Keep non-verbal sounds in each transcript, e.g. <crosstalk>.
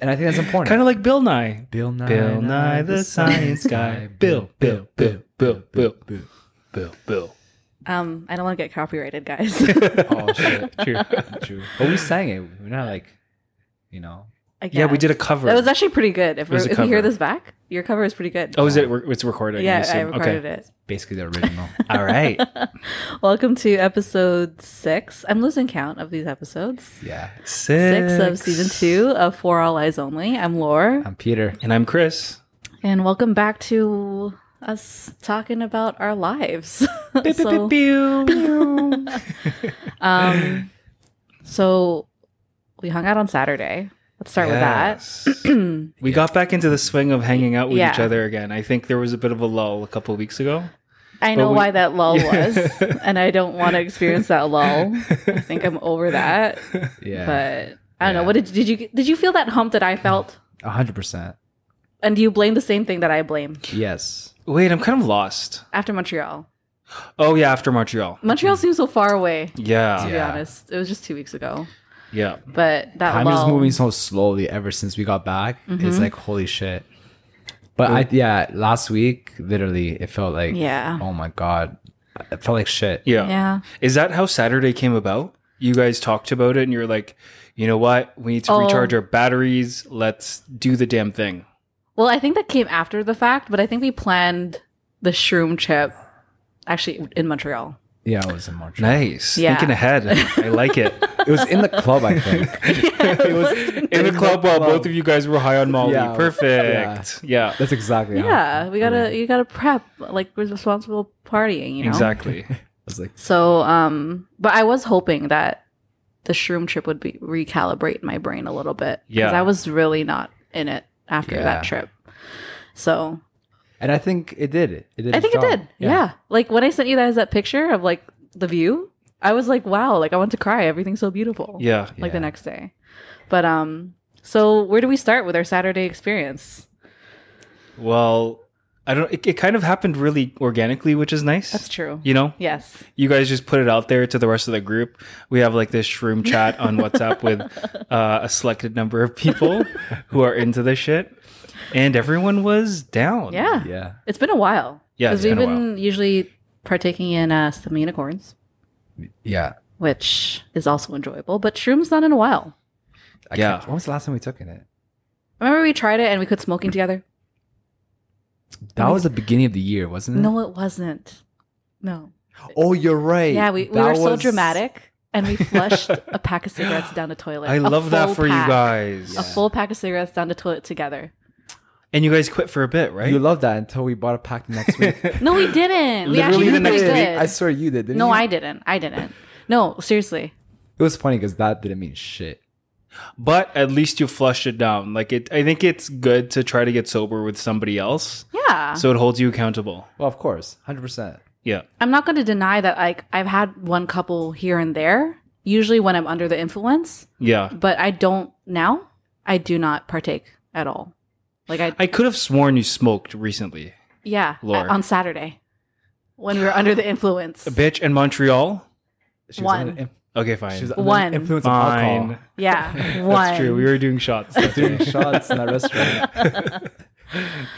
and I think that's important. Kind of like Bill Nye. Bill Nye, Bill Nye the Science Guy. Bill, Bill, Bill, Bill, Bill, Bill. Bill, Bill. Um, I don't want to get <laughs> copyrighted, guys. <laughs> Oh shit! <laughs> True. True. But we sang it. We're not like, you <laughs> know. I Yeah, we guess. did a cover. That was actually pretty good. If, It was we're- a if you hear cover. this back, your cover is pretty good. Oh, is it? It's recording. yeah, assume. I recorded it. basically the original. All right. Welcome to episode six. I'm losing count of these episodes. yeah. Six. Uh, Six of season two of For All Eyes Only. I'm Lore, I'm Peter. And I'm Chris. and welcome back to us talking about our lives. <laughs> so, um, so we hung out on Saturday. Let's start with <clears throat> with We got back into the swing of hanging out with each Yeah. other again. I think there was a bit of a lull a couple of weeks ago. that. I know we- why <laughs> that lull was, and I don't want to experience that lull. I think I'm over that. Yeah. but I don't know. Yeah. What did did you did you feel that hump that I felt? A hundred percent. And do you blame the same thing that I blame Yes. Wait, I'm kind of lost. after Montreal? Oh yeah, after Montreal. Montreal seems so far away. To Yeah. be Yeah. honest, it was just two weeks ago. Yeah. But that Time lull, is moving so slowly ever since we got back. It's like holy shit. But I yeah, last week literally it felt like Yeah. Oh my god, it felt like shit. Yeah. Yeah. Is that how Saturday came about? You guys talked about it and you're like, you know what? We need to Oh. recharge our batteries. Let's do the damn thing. Well, I think that came after the fact, but I think we planned the shroom trip actually in Montreal. Yeah, it was in Montreal. Nice. Yeah. Thinking ahead. I like it. <laughs> it was in the club, I <laughs> think. it was in the club while both of you guys were high on Molly. Yeah. Perfect. Yeah. That's exactly. how- Yeah, we gotta you gotta prep like responsible partying. You know <laughs> Exactly. I was like, So, um, but I was hoping that the shroom trip would be recalibrate my brain a little bit. 'cause Yeah. I was really not in it after Yeah. that trip. So and I think it did. It did. I its think it job. did. Yeah. Like when I sent you guys that picture of like the view, I was like, wow, like I want to cry. Everything's so beautiful. Yeah. Like the Yeah. next day. But, um, so where do we start with our Saturday experience? Well, I don't it, it kind of happened really organically, which is nice. That's true. You know? Yes. you guys just put it out there to the rest of the group. We have like this shroom chat on WhatsApp <laughs> with uh, a selected number of people who are into this shit, and everyone was down. Yeah. Yeah. It's been a while. Um, Yeah, Because it's we've been a been usually partaking in uh, some unicorns. Yeah. which is also enjoyable. But shrooms not in a while. I Yeah. can't- When was the last time we took in it? Remember we tried it and we quit Mm-hmm. smoking together? That was the beginning of the year, Mm-hmm. wasn't it? No, it wasn't. No. Oh, you're right. Yeah, we, we That were so was- dramatic and <laughs> we flushed a pack of cigarettes down the toilet. I A love full that for pack. you guys. A full pack of cigarettes down the toilet together. And you guys quit for a bit, right? You loved that until we bought a pack the next <laughs> week. No, we didn't. we Literally actually the did pretty next week, good. I swear you did. Didn't no, you? I didn't. I didn't. No, seriously. It was funny because that didn't mean shit. but at least you flushed it down. Like it, I think it's good to try to get sober with somebody else, Yeah. so it holds you accountable. Well, of course, hundred percent. Yeah, I'm not going to deny that like I've had one couple here and there, usually when I'm under the influence, yeah. but I don't now. I do not partake at all. Like I I could have sworn you smoked recently, Yeah, Lore. uh, on Saturday when we were under the <laughs> influence. bitch. In Montreal. She was under One. the inf- Okay, fine. she was under the One. influence of fine. Oh, alcohol. Yeah, one. <laughs> That's true. We were doing shots. <laughs> <laughs> That's Doing shots in that restaurant.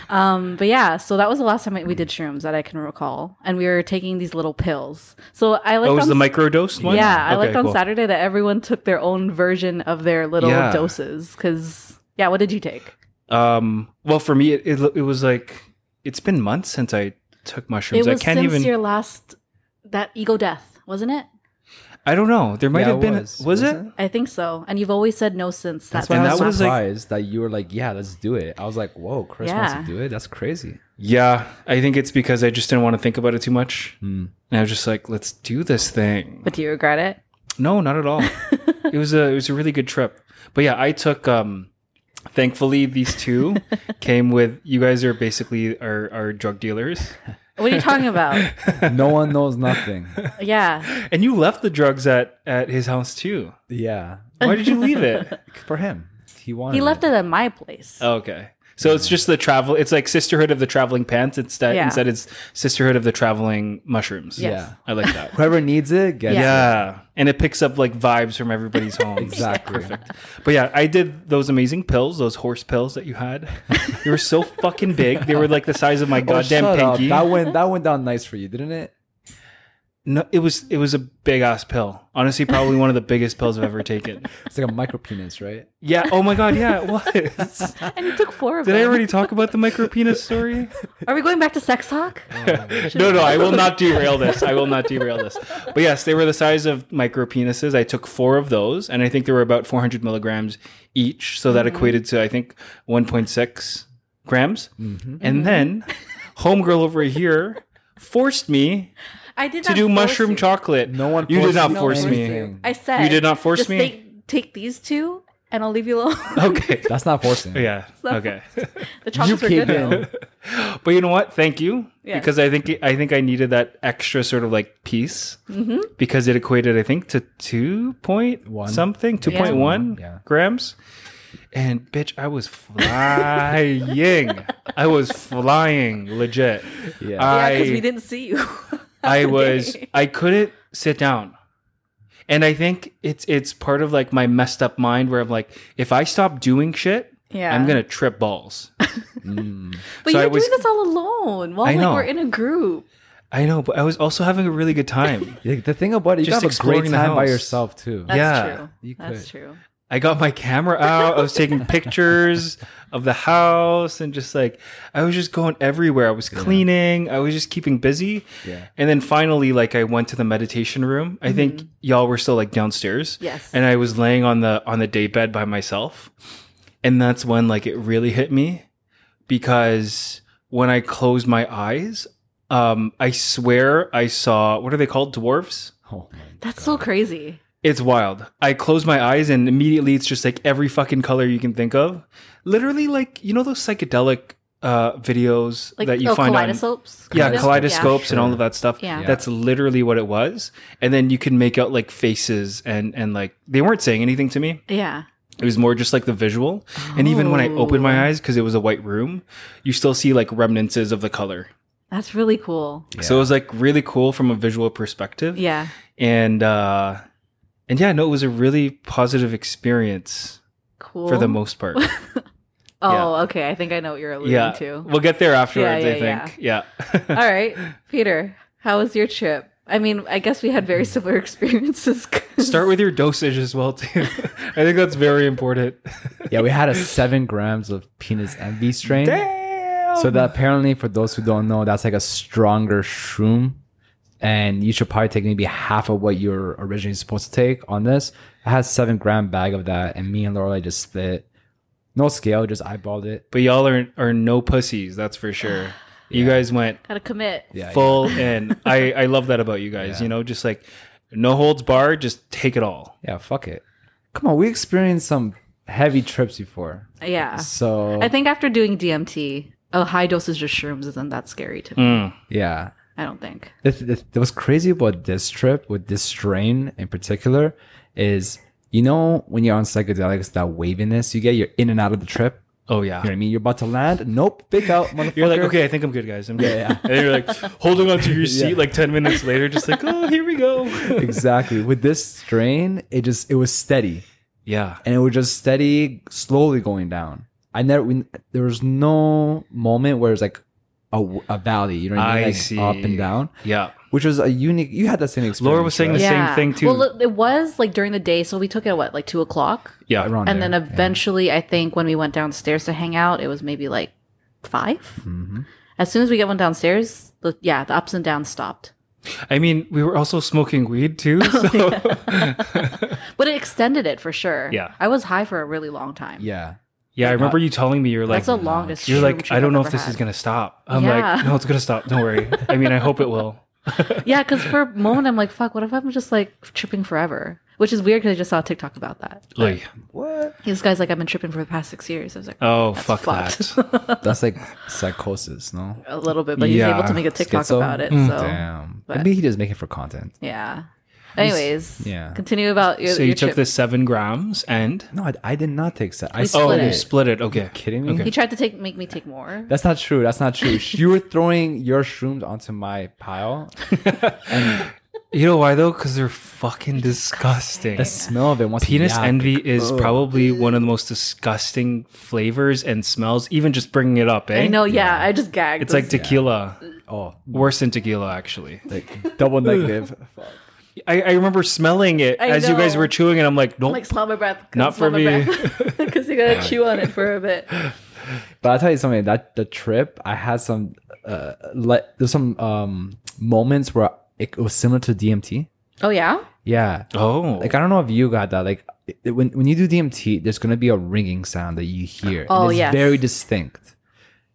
um, but yeah, so that was the last time we did shrooms that I can recall, and we were taking these little pills. So I like Oh, it was the microdose one? Yeah, I liked on cool. Saturday that everyone took their own version of their little Yeah. doses. Because yeah, what did you take? Um, well, for me, it, it, lo- it was like it's been months since I took mushrooms. it I was can't since even. your last that ego death, wasn't it? I don't know. There might Yeah, have it been. Was, was, it? wasn't I think so. And you've always said no since. That's That's, why And I was that was, like- surprised that you were like, "Yeah, let's do it." I was like, "Whoa, Chris wants Yeah. to do it. That's crazy." Yeah, I think it's because I just didn't want to think about it too much, Hmm. and I was just like, "Let's do this thing." But do you regret it? No, not at <laughs> all. it was a it was a really good trip. But yeah, I took um thankfully these two <laughs> came with you guys are basically our, our drug dealers. What are you <laughs> talking about? No one knows <laughs> nothing. yeah, And you left the drugs at at his house too. Yeah, Why did you leave it? <laughs> Oh, for him, he wanted. he left it. Uh, it at my place. Okay. So it's just the travel. It's like Sisterhood of the Traveling Pants. Instead, Yeah. instead it's Sisterhood of the Traveling Mushrooms. Yes. Yeah. I like that. Whoever needs it, gets Yeah. it. Yeah, and it picks up like vibes <laughs> from everybody's home. <laughs> Exactly. Perfect. But yeah, I did those amazing pills, those horse pills that you had. they were <laughs> so fucking big. They were like the size of my Oh, goddamn shut up. pinky. That went that went down nice for you, didn't it? No, it was it was a big ass pill. Honestly, probably one of the biggest pills I've ever taken. It's like a micro penis, right? Yeah. Oh my god. Yeah, it was. And you took four of Did I them. already talk about the micro penis story? Are we going back to sex talk? Uh, <laughs> no, no, I will not derail this. I will not derail this. But yes, they were the size of micro penises. I took four of those, and I think they were about 400 milligrams each. So that Mm-hmm. equated to, I think, 1.6 grams. Mm-hmm. Mm-hmm. And then Homegirl over here forced me I did to not do force mushroom you. chocolate. No one You did forced not you to force do me. anything. I said You did not force just me? Take, take these two, and I'll leave you <laughs> alone. <laughs> Okay. That's not forcing. Yeah. not <laughs> Okay. the chocolates are good in. though. But you know what? Thank you Yeah. because I think I think I needed that extra sort of like piece Mm-hmm. because it equated I think to two point One. something two point one Yeah. grams. And bitch, I was flying. I was flying, legit. Yeah. Yeah, because I- we didn't see you. <laughs> I That was day. I couldn't sit down. And I think it's it's part of like my messed up mind where I'm like, if I stop doing shit, Yeah. I'm gonna trip balls. But so you're I was- doing this all alone. While I like know. we're in a group. <laughs> I know, but I was also having a really good time. Like, the thing about it, you Just gotta have a great exploring the time by house. yourself too. That's Yeah, true. you That's could. true. I got my camera out. I was taking pictures of the house and just like I was just going everywhere. I was cleaning. I was just keeping busy. Yeah. And then finally, like I went to the meditation room. I think y'all were still like downstairs. Yes. And I was laying on the on the day bed by myself. And that's when like it really hit me because when I closed my eyes, um, I swear I saw what are they called? Dwarfs? Oh my That's so crazy. It's wild. I close my eyes and immediately it's just like every fucking color you can think of. Literally, like you know those psychedelic uh, videos Like that you oh, find on kaleidoscopes. yeah Kaleidoscope? kaleidoscopes Yeah. and all of that stuff. Yeah. Yeah. that's literally what it was. And then you can make out like faces and and like they weren't saying anything to me. Yeah. Yeah. It was more just like the visual. And even when I opened Oh. my eyes because it was a white room, you still see like remnants of the color. That's really cool. So it was like really cool from a visual perspective Yeah. and uh and yeah no it was a really positive experience Cool. for the most part Oh, yeah. okay. I think I know what you're alluding yeah to. we'll get there afterwards Yeah, i yeah, think yeah, All <laughs> right. Peter, how was your trip? I mean, I guess we had very similar <laughs> experiences. 'cause- Mm. <laughs> start <laughs> with your dosage as well too <laughs> i think that's very important <laughs> Yeah, we had a seven grams of penis envy strain. So that apparently, for those who don't know, that's like a stronger shroom, and you should probably take maybe half of what you're originally supposed to take on this. I had a seven gram bag of that, and me and Lorelai just split. No scale, just eyeballed it. but y'all are are no pussies that's for sure you guys went Gotta commit. Yeah, full in i i love that about you guys you know just like no holds barred just take it all yeah, fuck it. Come on, we experienced some heavy trips before, Yeah. so Ah. I think after doing DMT, a oh, high dosage of shrooms isn't that scary to me. Mm. yeah. I don't think. the, th- the, th- what's crazy about this trip with this strain in particular is you know when you're on psychedelics that waviness you get you're in and out of the trip oh yeah you know what i mean you're about to land nope pick out motherfucker <laughs> You're like, okay, I think I'm good, guys. I'm good. <laughs> And you're like holding onto your seat, like ten minutes later, just like, oh, here we go. <laughs> exactly with this strain it just it was steady Yeah, and it was just steady slowly going down i never we, there was no moment where it's like a, w- a valley you know what i mean I like see. up and down yeah. which was a unique you had that same experience Laura was saying the right? same thing too. Well, it- it was like during the day, so we took it at what, like two o'clock? yeah, Around And there. then eventually, I think when we went downstairs to hang out, it was maybe like 5 Mm-hmm. As soon as we get one downstairs, the yeah, the ups and downs stopped. I mean, we were also smoking weed <laughs> too. So. But it extended it for sure. Yeah. I was high for a really long time. yeah <laughs> yeah, I remember you telling me you're like, That's the longest. you're shroom like, trip I don't I've know if ever this is had. gonna stop. I'm Yeah. like, no, it's gonna stop. Don't worry. I mean, I hope it <laughs> will. Yeah, because <laughs> for a moment I'm like, fuck, what if I'm just like tripping forever? Which is weird because I just saw a TikTok about that. Like, what This guy's like, I've been tripping for the past six years. I was like, oh That's fuck fucked. <laughs> that. that's like psychosis no a little bit, but he's Yeah. Hmm. able to make a TikTok Schizo? about it. Mm. So Damn. Oh. but- Maybe he just make it for content. yeah. Anyways, yeah. Continue about your. So you your took trip. this seven grams and No, I, I did not take seven. I We s- saw- oh, Split you it. split it. Okay, kidding me? Okay. He tried to take make me take more. That's not true. That's not true. you were throwing your shrooms onto my pile. You know why though? Because they're fucking disgusting. The smell of it once Penis yeah, envy is probably one of the most disgusting flavors and smells. Even just bringing it up, eh? I know. Yeah, I just gagged. It's like This- tequila. Oh, Worse than tequila, actually. like double <laughs> negative. I, I remember smelling it I as you guys know. were chewing, and I'm like, nope. like smell my breath. Not for me. <laughs> Because you <laughs> gotta chew on it for a bit. But I'll tell you something. That the trip, I had some uh, like there's some um moments where it was similar to DMT. Oh yeah. Yeah. oh, Like I don't know if you got that. Like it- it- when when you do DMT, there's gonna be a ringing sound that you hear. and Oh, it's yes. very distinct.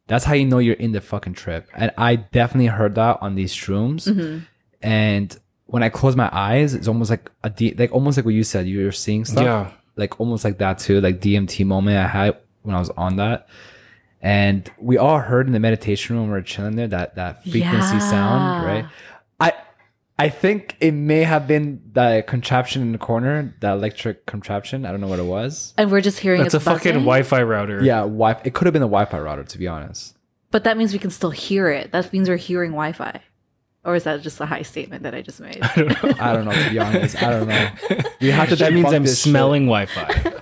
That's how you know you're in the fucking trip. And I definitely heard that on these shrooms. Mm-hmm. And when I close my eyes, it's almost like a D, like almost like what you said. You're seeing stuff. Yeah. Like almost like that too. Like DMT moment I had when I was on that. And we all heard in the meditation room we were chilling there that that frequency sound, Yeah. right? I I think it may have been the contraption in the corner, the electric contraption. I don't know what it was. And we're just hearing that's a it's fucking buzzing, Wi-Fi router. <laughs> Yeah, wi- it could have been the Wi-Fi router, to be honest. But that means we can still hear it. That means we're hearing Wi-Fi. Or is that just a high statement that I just made? I don't know, to be honest. I don't know. We have to. That means debunk I'm this shit. smelling Wi-Fi.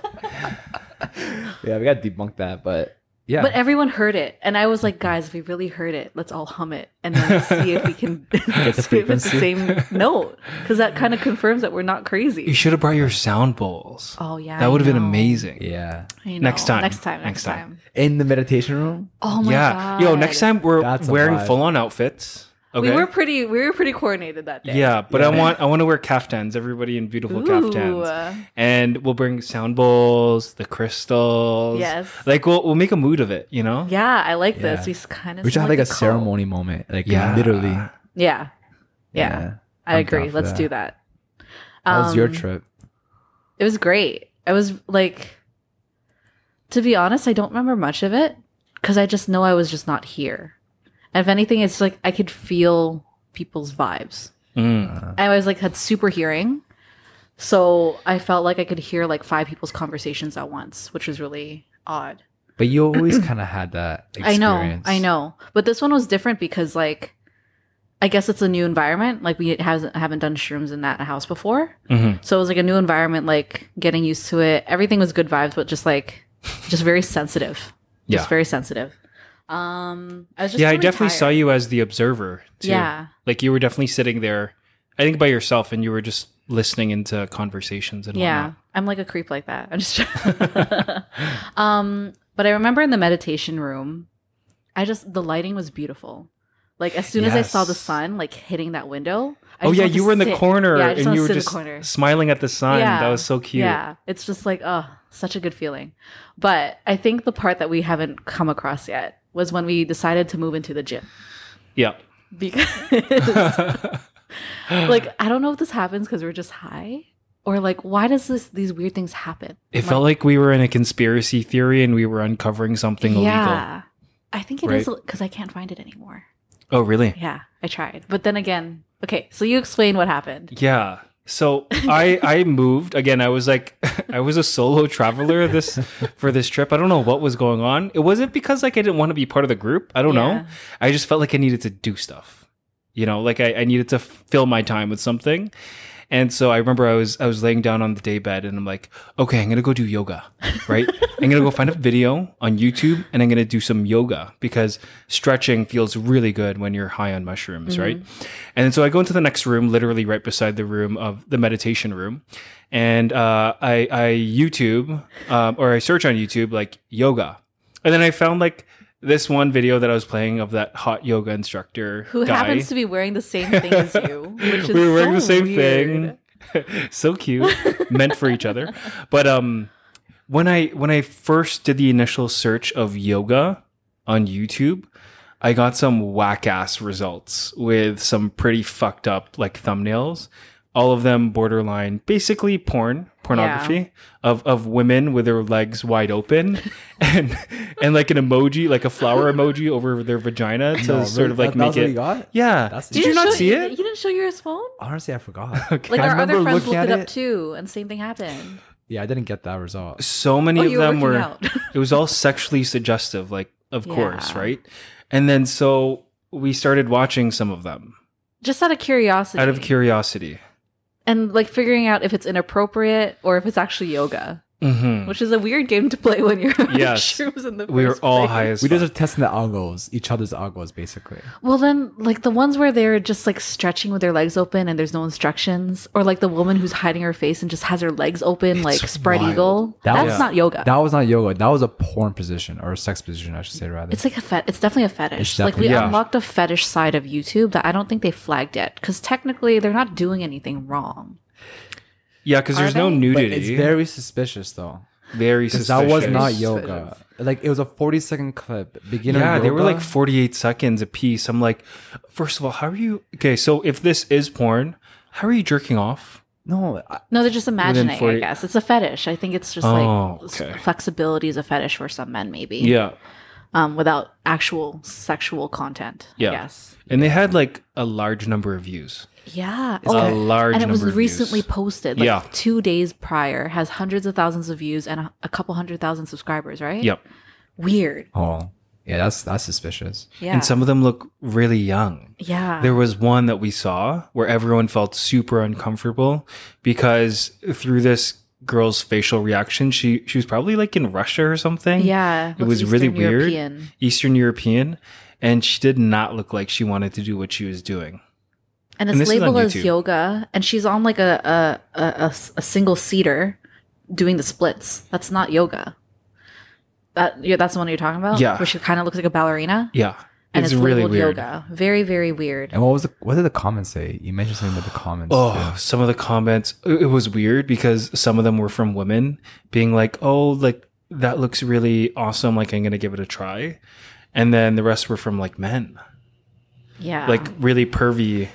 Yeah, we got to debunk that, but yeah, But uh, everyone heard it, and I was like, guys, if we really heard it, let's all hum it and then <laughs> see if we can get the the frequency. same note because that kind of confirms that we're not you crazy. should have brought your sound bowls. Oh yeah, that I would have been know. amazing. yeah. I Next know. time. next time, Next next time. time. In the meditation room, Oh my yeah. god, Yo, next time we're That's a wearing vibe. full-on outfits. Okay. we were pretty, we were pretty coordinated that day. yeah, but I want I want to wear caftans. Everybody in beautiful Ooh. caftans, and we'll bring sound bowls, the crystals. Yes. like we'll we'll make a mood of it. You know. yeah, I like Yeah. this. We kind of we should have like a ceremony moment, like Yeah. literally. Yeah, Yeah, yeah, I I'm agree. down for Let's that. do that. How was your Um, trip? It was great. I was like, to be honest, I don't remember much of it because I just know I was just not here. And if anything, it's like I could feel people's vibes. Mm. I was like had super hearing, so I felt like I could hear like five people's conversations at once, which was really odd. But you <clears throat> always kind of had that. Experience. I know, I know, but this one was different because like. I guess it's a new environment. Like we hasn't haven't done shrooms in that house before. Mhm. So it was like a new environment, like getting used to it. Everything was good vibes, but just like, just very sensitive. Yeah. Just very sensitive. Um, I was just Yeah, I really definitely saw tired. you as the observer too. Yeah. like you were definitely sitting there. I think by yourself, and you were just listening into conversations and Yeah, whatnot. I'm like a creep like that. <laughs> I'm just. <laughs> um, but I remember in the meditation room, I just the lighting was beautiful. Like as soon as I saw the Yes. sun like hitting that window. I Oh just yeah, wanted you to were in the sit. corner Yeah, I and you wanted to were sit in the just corner. smiling at the sun. That Yeah. was so cute. Yeah, it's just like, oh, such a good feeling. But I think the part that we haven't come across yet was when we decided to move into the gym <laughs> Yeah. because, <laughs> like, I don't know if this happens because we're just high or like, why does this these weird things happen? It felt like we were in a conspiracy theory and we were uncovering something illegal. yeah, I think it is Right. because I can't find it anymore. Oh, really? Yeah, I tried, but then again, okay. So you explain what happened. Yeah. So <laughs> I I moved again. I was like <laughs> I was a solo traveler <laughs> this for this trip. I don't know what was going on. It wasn't because like I didn't want to be part of the group. I don't Yeah. know. I just felt like I needed to do stuff. You know, like I, I needed to fill my time with something. And so I remember I was I was laying down on the day bed and I'm like, okay, I'm gonna go do yoga, <laughs> right? I'm gonna go find a video on YouTube and I'm gonna do some yoga because stretching feels really good when you're high on mushrooms, right? Mm-hmm. And so I go into the next room, literally right beside the room of the meditation room, and uh, I, I YouTube um, or I search on YouTube like yoga, and then I found like this one video that I was playing of that hot yoga instructor Who guy happens to be wearing the same thing as <laughs> you? Which is we were wearing so the same weird. thing <laughs> so cute meant for each other but um when i when i first did the initial search of yoga on youtube i got some whack ass results with some pretty fucked up like thumbnails all of them borderline basically porn pornography of of women with their legs wide open <laughs> and and like an emoji like a flower emoji over their vagina to No, sort really? of like That- make that's what it you got? yeah That's did it. you didn't not show- see you, it You didn't show yours phone? <laughs> Honestly, I forgot. okay Like I our other remember friends looking looked it at up it. too, and same thing happened. Yeah, I didn't get that result. so many Oh, of you were them working were out. <laughs> it was all sexually suggestive like of course Yeah. right and then so we started watching some of them Just out of curiosity. out of curiosity And like figuring out if it's inappropriate or if it's actually yoga, hmm which is a weird game to play when you're <laughs> on Yes. shrooms in the we were first all place. high as We fuck. just are testing the algos, each other's algos, basically. Well, then, like the ones where they're just like stretching with their legs open and there's no instructions, or like the woman who's hiding her face and just has her legs open, like spread wild. eagle. That That's was- not yoga. That was not yoga. That was a porn position or a sex position, I should say, rather. it's like a fet. It's definitely a fetish. It's like we definitely- Yeah. unlocked a fetish side of YouTube that I don't think they flagged yet, because technically they're not doing anything wrong. yeah because there's no they? but nudity it's very suspicious, though. very Because suspicious that was not Suspicious. yoga. Like, it was a 40 second clip. Beginner yeah, they were yoga. like 48 seconds a piece. I'm like, first of all, how are you? Okay, so if this is porn, how are you jerking off? No, I, No, they're just imagining. 40 I guess it's a fetish. I think it's just Oh, like s- okay. flexibility is a fetish for some men, maybe. Yeah. Um, without actual sexual content. Yeah. Yes. And they had like a large number of views. Yeah. a large and it was number of recently views. posted, like Yeah. two days prior, has hundreds of thousands of views and a, a couple hundred thousand subscribers, right? Yep. Weird. oh, yeah, that's that's suspicious. Yeah. And some of them look really young. yeah. There was one that we saw where everyone felt super uncomfortable because through this girl's facial reaction, she she was probably like in Russia or something. yeah. It was really weird. European. Eastern European. And she did not look like she wanted to do what she was doing. And it's And this is on labeled as YouTube. yoga, and she's on like a a, a, a s- a single seater doing the splits. That's not yoga. That yeah, that's the one you're talking about. Yeah. where she kind of looks like a ballerina, Yeah. and it's, really labeled weird. yoga. Very very weird. And what was the what did the comments say? You mentioned something about the comments. Oh, some of the comments it it was weird because some of them were from women being like, "Oh, like that looks really awesome, like I'm going to give it a try." And then the rest were from like men, Yeah, like really pervy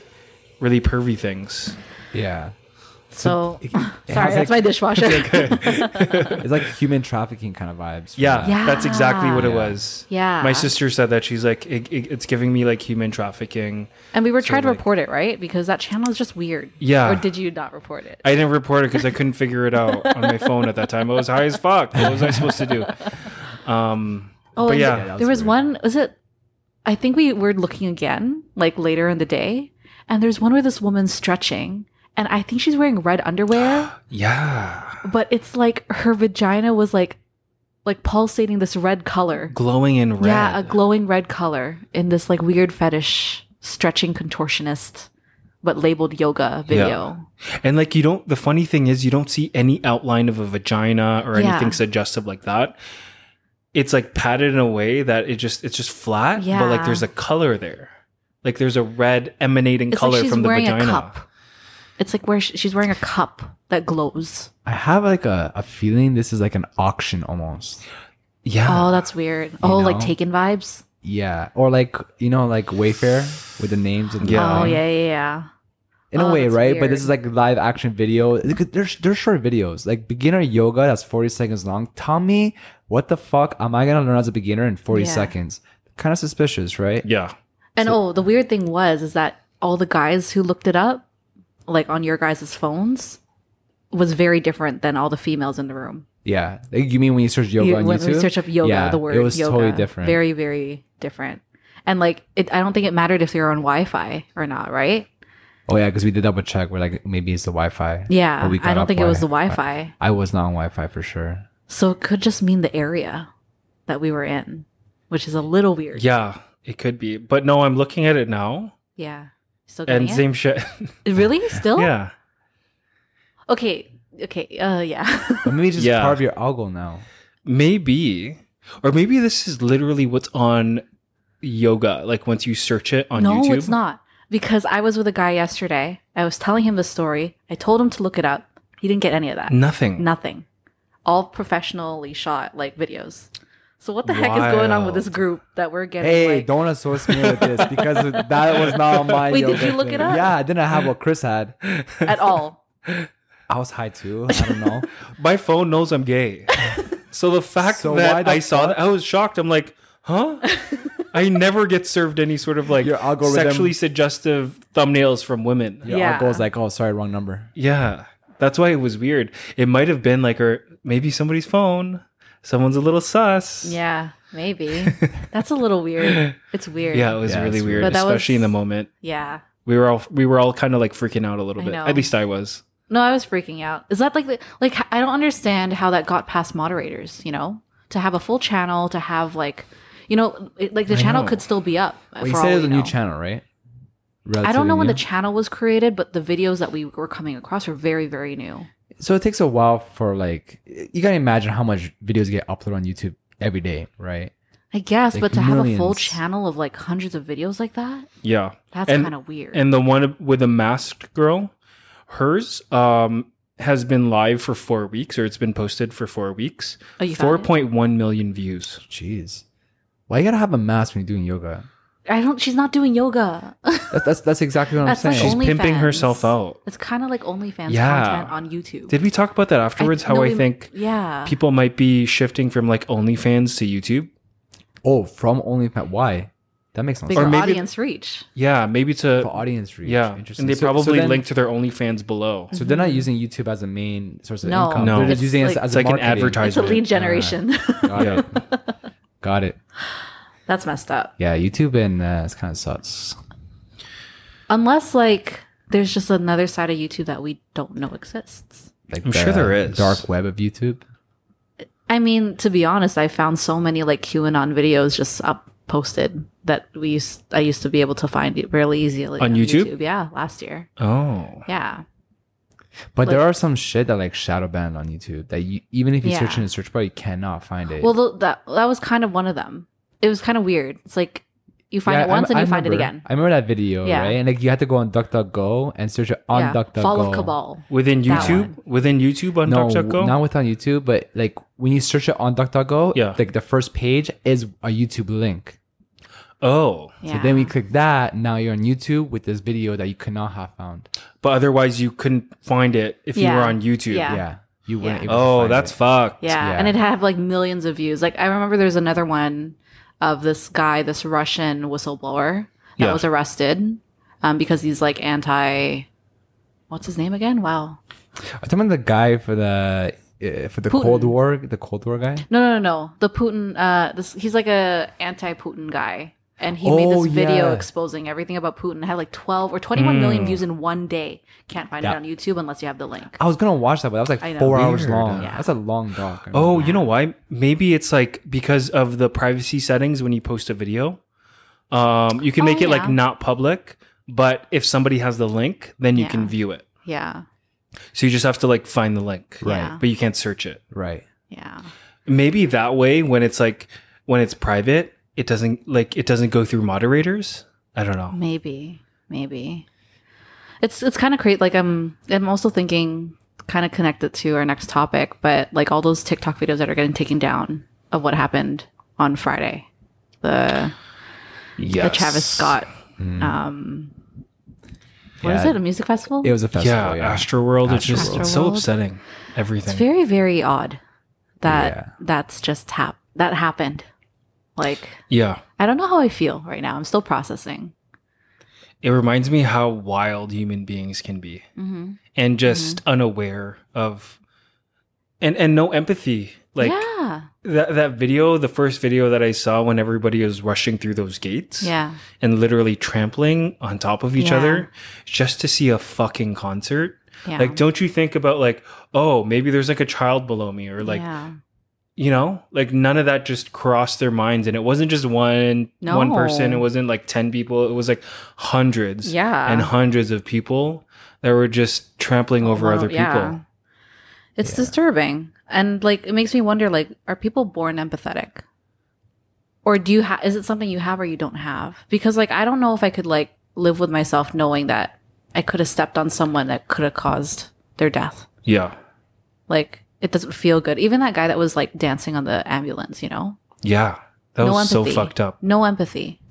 really pervy things. too. yeah. <laughs> so. <laughs> <laughs> It- it Sorry, has, that's my like, dishwasher. It's like human trafficking kind of vibes. for Yeah, that. that's exactly what it Yeah. was. Yeah. My sister said that she's like it, it- it's giving me like human trafficking. And we were trying to like- report it, right? Because that channel is just weird. Yeah. Or did you not report it? I didn't report it because I couldn't figure it out on my phone at that time. I was high as fuck. What was I supposed to do? Um, oh, but and yeah, th- that there was was weird. one. Was it? I think we were looking again, like later in the day, and there's one where this woman's stretching, and I think she's wearing red <gasps> underwear, yeah. but it's like her vagina was like, like pulsating this red color. glowing in red. Yeah, a glowing red color in this like weird fetish stretching contortionist, but labeled yoga video. and like you don't. The funny thing is, you don't see any outline of a vagina or Yeah. anything suggestive like that. It's like padded in a way that it just it's just flat, but like Yeah. there's a color there. Like there's a red emanating It's color like she's from the wearing vagina. a cup. It's like where sh- she's wearing a cup <sighs> that glows. I have like a, a feeling this is like an auction almost. Yeah. Oh, that's weird. oh, like know? Taken vibes. Yeah. Or like you know, like Wayfair with the names and the Yeah. Oh line. yeah, yeah, yeah. In a Oh, way, that's right? But this weird. is like live action video. There's there's short videos. Like beginner yoga that's 40 seconds long. Tell me what the fuck am I gonna learn as a beginner in 40 Yeah. seconds? Kind of suspicious, right? Yeah. And oh, the weird thing was is that all the guys who looked it up, like on your guys' phones, was very different than all the females in the room. Yeah. Like, You mean when you search yoga You- on when YouTube? we search up yoga, Yeah, the word it was yoga, totally different. Very, very different. And like, it, I don't think it mattered if they were on Wi-Fi or not, right? Oh yeah, because we did double check. We're like, maybe it's the Wi-Fi. Yeah, But we I got don't up think it on was the it, but Wi-Fi, I was not on Wi-Fi for sure. so it could just mean the area that we were in, which is a little weird. Yeah. It could be. But no, I'm looking at it now. yeah. Still And getting it? same shit. <laughs> Really? <laughs> Still? yeah. Okay. Okay. Uh. Yeah. <laughs> But maybe it's just Yeah. part of your algo now. Maybe. Or maybe this is literally what's on yoga, like once you search it on no, YouTube. it's not. Because I was with a guy yesterday. I was telling him the story. I told him to look it up. Mm. He didn't get any of that. Nothing. Nothing. All professionally shot like videos. So what the heck is going on Wild. with this group that we're getting? Hey, like- don't associate me with this because that was not on my. <laughs> Wait, did yoga you look thing. it up? Yeah, I didn't have what Chris had. <laughs> at all. I was high too. I don't <laughs> know. My phone knows I'm gay. So the fact So why that the I saw that, I was shocked. I'm like, huh? I never get served any sort of like Your algorithm- sexually suggestive thumbnails from women. Yeah. Your Yeah. uncle's like, oh, sorry, wrong number. that's why it was weird. It might have been like, or maybe somebody's phone. Someone's a little sus. Yeah, maybe. That's a little weird. It's weird. Yeah, it was Yeah, really it's weird, weird. But that especially in was- the moment. Yeah. We were all we were all kind of like freaking out a little I bit. know. At least I was. No, I was freaking out. Is that like the, like I don't understand how that got past moderators, you know? To have a full channel, to have like you know, it, like the I channel know. could still be up. Well, you for said all it was we a new know. channel, right? I don't know when the Relatively channel was created, but the videos that we were coming across were very, very new. new. so it takes a while for like you gotta imagine how much videos get uploaded on YouTube every day, right? I guess, Like but to have a full millions. channel of like hundreds of videos like that, Yeah. that's And- kind of weird. and the one with the masked girl hers um has been live for four weeks or it's been posted for four weeks Oh, you found it? 4.1 million views Jeez, why you gotta have a mask when you're doing yoga? I don't. She's not doing yoga. <laughs> That's that's, that's exactly what That's I'm like saying. she's only- pimping OnlyFans. herself out It's kind of like OnlyFans Yeah. content on YouTube. did we talk about that afterwards how no, i we- think yeah, people might be shifting from like onlyfans to youtube oh, from OnlyFans. Why? That makes no bigger sense. maybe- audience reach. yeah maybe to For audience reach. Uh, yeah interesting. and they So- so probably then- link to their onlyfans below So they're not using YouTube as a main source of Mm-hmm. No. income. No. they're just It's using it as, like- as It's like an marketing. advertisement. It's a lead generation. <laughs> Got it. Got it. <laughs> That's messed up. Yeah, YouTube and uh, it's kind of sucks. Unless like there's just another side of YouTube that we don't know exists. Like I'm sure there is. dark web of YouTube. I mean, to be honest, I found so many like QAnon videos just up posted that we used, I used to be able to find it really easily On YouTube? Yeah, last year. oh Yeah. But there Like- are some shit that like shadow banned on YouTube that you even if you Yeah. search in the search bar, you cannot find it. Well, th- that that was kind of one of them. It was kind of weird. It's like you find Yeah, it I- once I and you find it remember- again. I remember that video, Yeah. right? And like you had to go on DuckDuckGo and search it on yeah. DuckDuckGo. Fall of Cabal. within That youtube within youtube on No, DuckDuckGo? not with on YouTube, but like when you search it on DuckDuckGo, Yeah. like the first page is a YouTube link. oh Yeah. So then we click that. Now you're on YouTube with this video that you could not have found. but otherwise you couldn't find it if you Yeah. were on youtube Yeah, Yeah. you weren't. Yeah. Able to oh find that's it. fucked Yeah, Yeah. and it had like millions of views. Like I remember there's another one of this guy, this Russian whistleblower that Yeah. was arrested um, because he's like anti. What's his name again? Wow. I'm talking about the guy for the uh, for the Putin. Cold War, the Cold War guy. No, no, no, no. The Putin. Uh, this he's like a anti-Putin guy, and he made Oh, this video yeah. Hmm. exposing everything about Putin. It had like 12 or 21 million views in one day. Can't find Yeah. it on YouTube unless you have the link. I was gonna watch that, but that was I like know. four hours Weird. long. Yeah. That's a long doc. I Oh, remember. you know why? Maybe it's like because of the privacy settings when you post a video. Um, you can Oh, make it like yeah. not public, but if somebody has the link, then you can Yeah. view it. Yeah, So you just have to like find the link, Right. Yeah. but you can't search it. right? yeah. Maybe that way when it's like when it's private, it doesn't like it doesn't go through moderators. I don't know. Maybe, maybe. It's it's kind of crazy. Like I'm I'm also thinking kind of connected to our next topic, but like all those TikTok videos that are getting taken down of what happened on Friday, the Yeah. the Travis Scott. Um, what is Hmm. Yeah. it? A music festival? It was a Yeah, festival. Yeah, Astroworld. It's just it's so Astroworld. upsetting. Everything. it's very very odd that Yeah. that's just hap- that happened. Like yeah. I don't know how I feel right now. I'm still processing. It reminds me how wild human beings can be. Mm-hmm. and just unaware of and and no empathy like yeah, that that video the first video that i saw when everybody was rushing through those gates yeah, and literally trampling on top of each Yeah. other just to see a fucking concert yeah. like don't you think about like oh maybe there's like a child below me or like yeah. you know like none of that just crossed their minds and it wasn't just one one No. person it wasn't like 10 people it was like hundreds Yeah. and hundreds of people that were just trampling over Well, other people yeah. It's disturbing. And like it makes me wonder like are people born empathetic? Or do you ha- is it something you have or you don't have? Because like I don't know if I could like live with myself knowing that I could have stepped on someone that could have caused their death. Yeah. Like it doesn't feel good. Even that guy that was like dancing on the ambulance, you know? Yeah. That no was so empathy. fucked up. No empathy.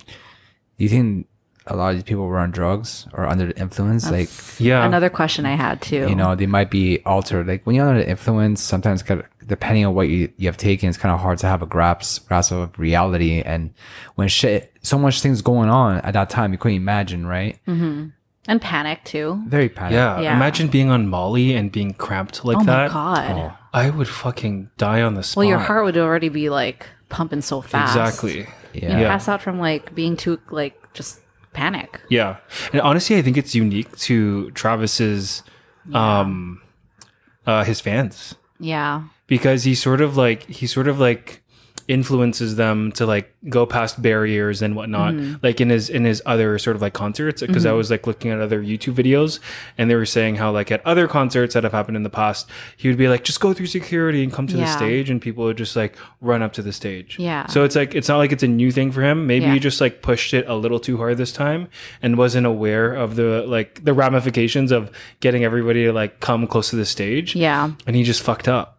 Do you think a lot of these people were on drugs or under the influence? like, That's Yeah. Another question I had too. you know, they might be altered. Like when you're under the influence, sometimes kind of, depending on what you, you have taken, it's kind of hard to have a grasp grasp of reality. And when shit, so much things going on at that time, you couldn't imagine, right? hmm And panic too. Very panic. yeah. Yeah. Imagine being on Molly and being cramped like oh that. my god. Oh. I would fucking die on the spot. Well, your heart would already be like pumping so fast. Exactly. Yeah. Yeah. Pass out from like being too like just panic. Yeah. And honestly, I think it's unique to Travis's um uh his fans Yeah. because he sort of like he sort of like influences them to like go past barriers and whatnot Mm-hmm. like in his in his other sort of like concerts because i was like looking at other youtube videos and they were saying how like at other concerts that have happened in the past he would be like just go through security and come to the Yeah. stage and people would just like run up to the stage Yeah. so it's like it's not like it's a new thing for him maybe Yeah. he just like pushed it a little too hard this time and wasn't aware of the like the ramifications of getting everybody to like come close to the stage Yeah. and he just fucked up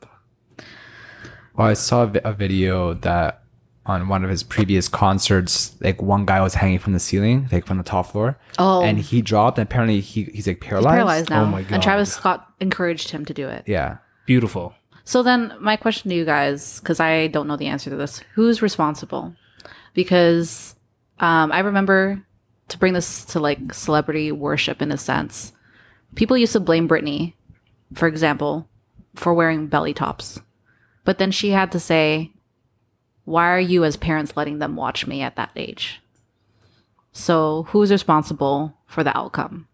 Well, I saw a vi- a video that on one of his previous concerts, like one guy was hanging from the ceiling, like from the top floor. Oh. And he dropped, and apparently he, he's like paralyzed. Paralyzed now. Oh my God. And Travis Scott encouraged him to do it. Yeah. beautiful So then, my question to you guys, because I don't know the answer to this, who's responsible? Because um, I remember to bring this to like celebrity worship in a sense, people used to blame Britney, for example, for wearing belly tops. But then she had to say, Why are you, as parents, letting them watch me at that age? So, who's responsible for the outcome?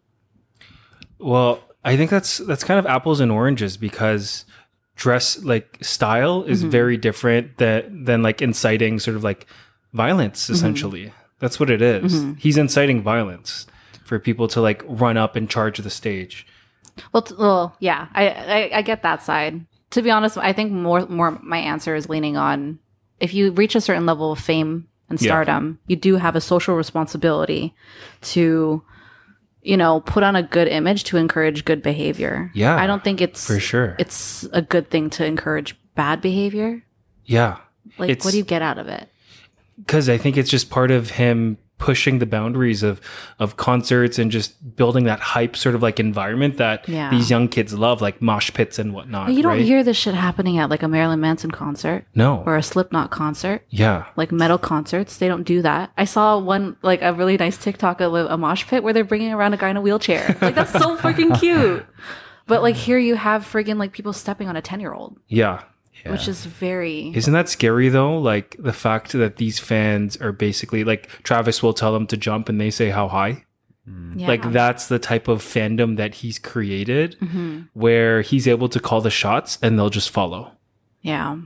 Well, I think that's that's kind of apples and oranges because dress like style Mm-hmm. is very different that than like inciting sort of like violence Mm-hmm. essentially. That's what it is. He's inciting violence for people to like run up and charge the stage. Well, t- well, yeah, I, I I get that side. To be honest, I think more more my answer is leaning on if you reach a certain level of fame and Yeah. stardom, you do have a social responsibility to, you know, put on a good image to encourage good behavior. Yeah, I don't think it's For sure. it's a good thing to encourage bad behavior. yeah. Like, It's- what do you get out of it? because I think it's just part of him pushing the boundaries of of concerts and just building that hype sort of like environment that Yeah. these young kids love, like mosh pits and whatnot. You don't right? hear this shit happening at like a Marilyn Manson concert no. or a Slipknot concert. yeah. like metal concerts. They don't do that. I saw one like a really nice TikTok of a mosh pit where they're bringing around a guy in <laughs> a wheelchair. Like that's so freaking cute. But like here you have freaking like people stepping on a 10-year-old, Yeah. which is very Isn't that scary though? Like the fact that these fans are basically like Travis will tell them to jump and they say how high. yeah. Like that's the type of fandom that he's created Mhm. where he's able to call the shots and they'll just follow. Yeah.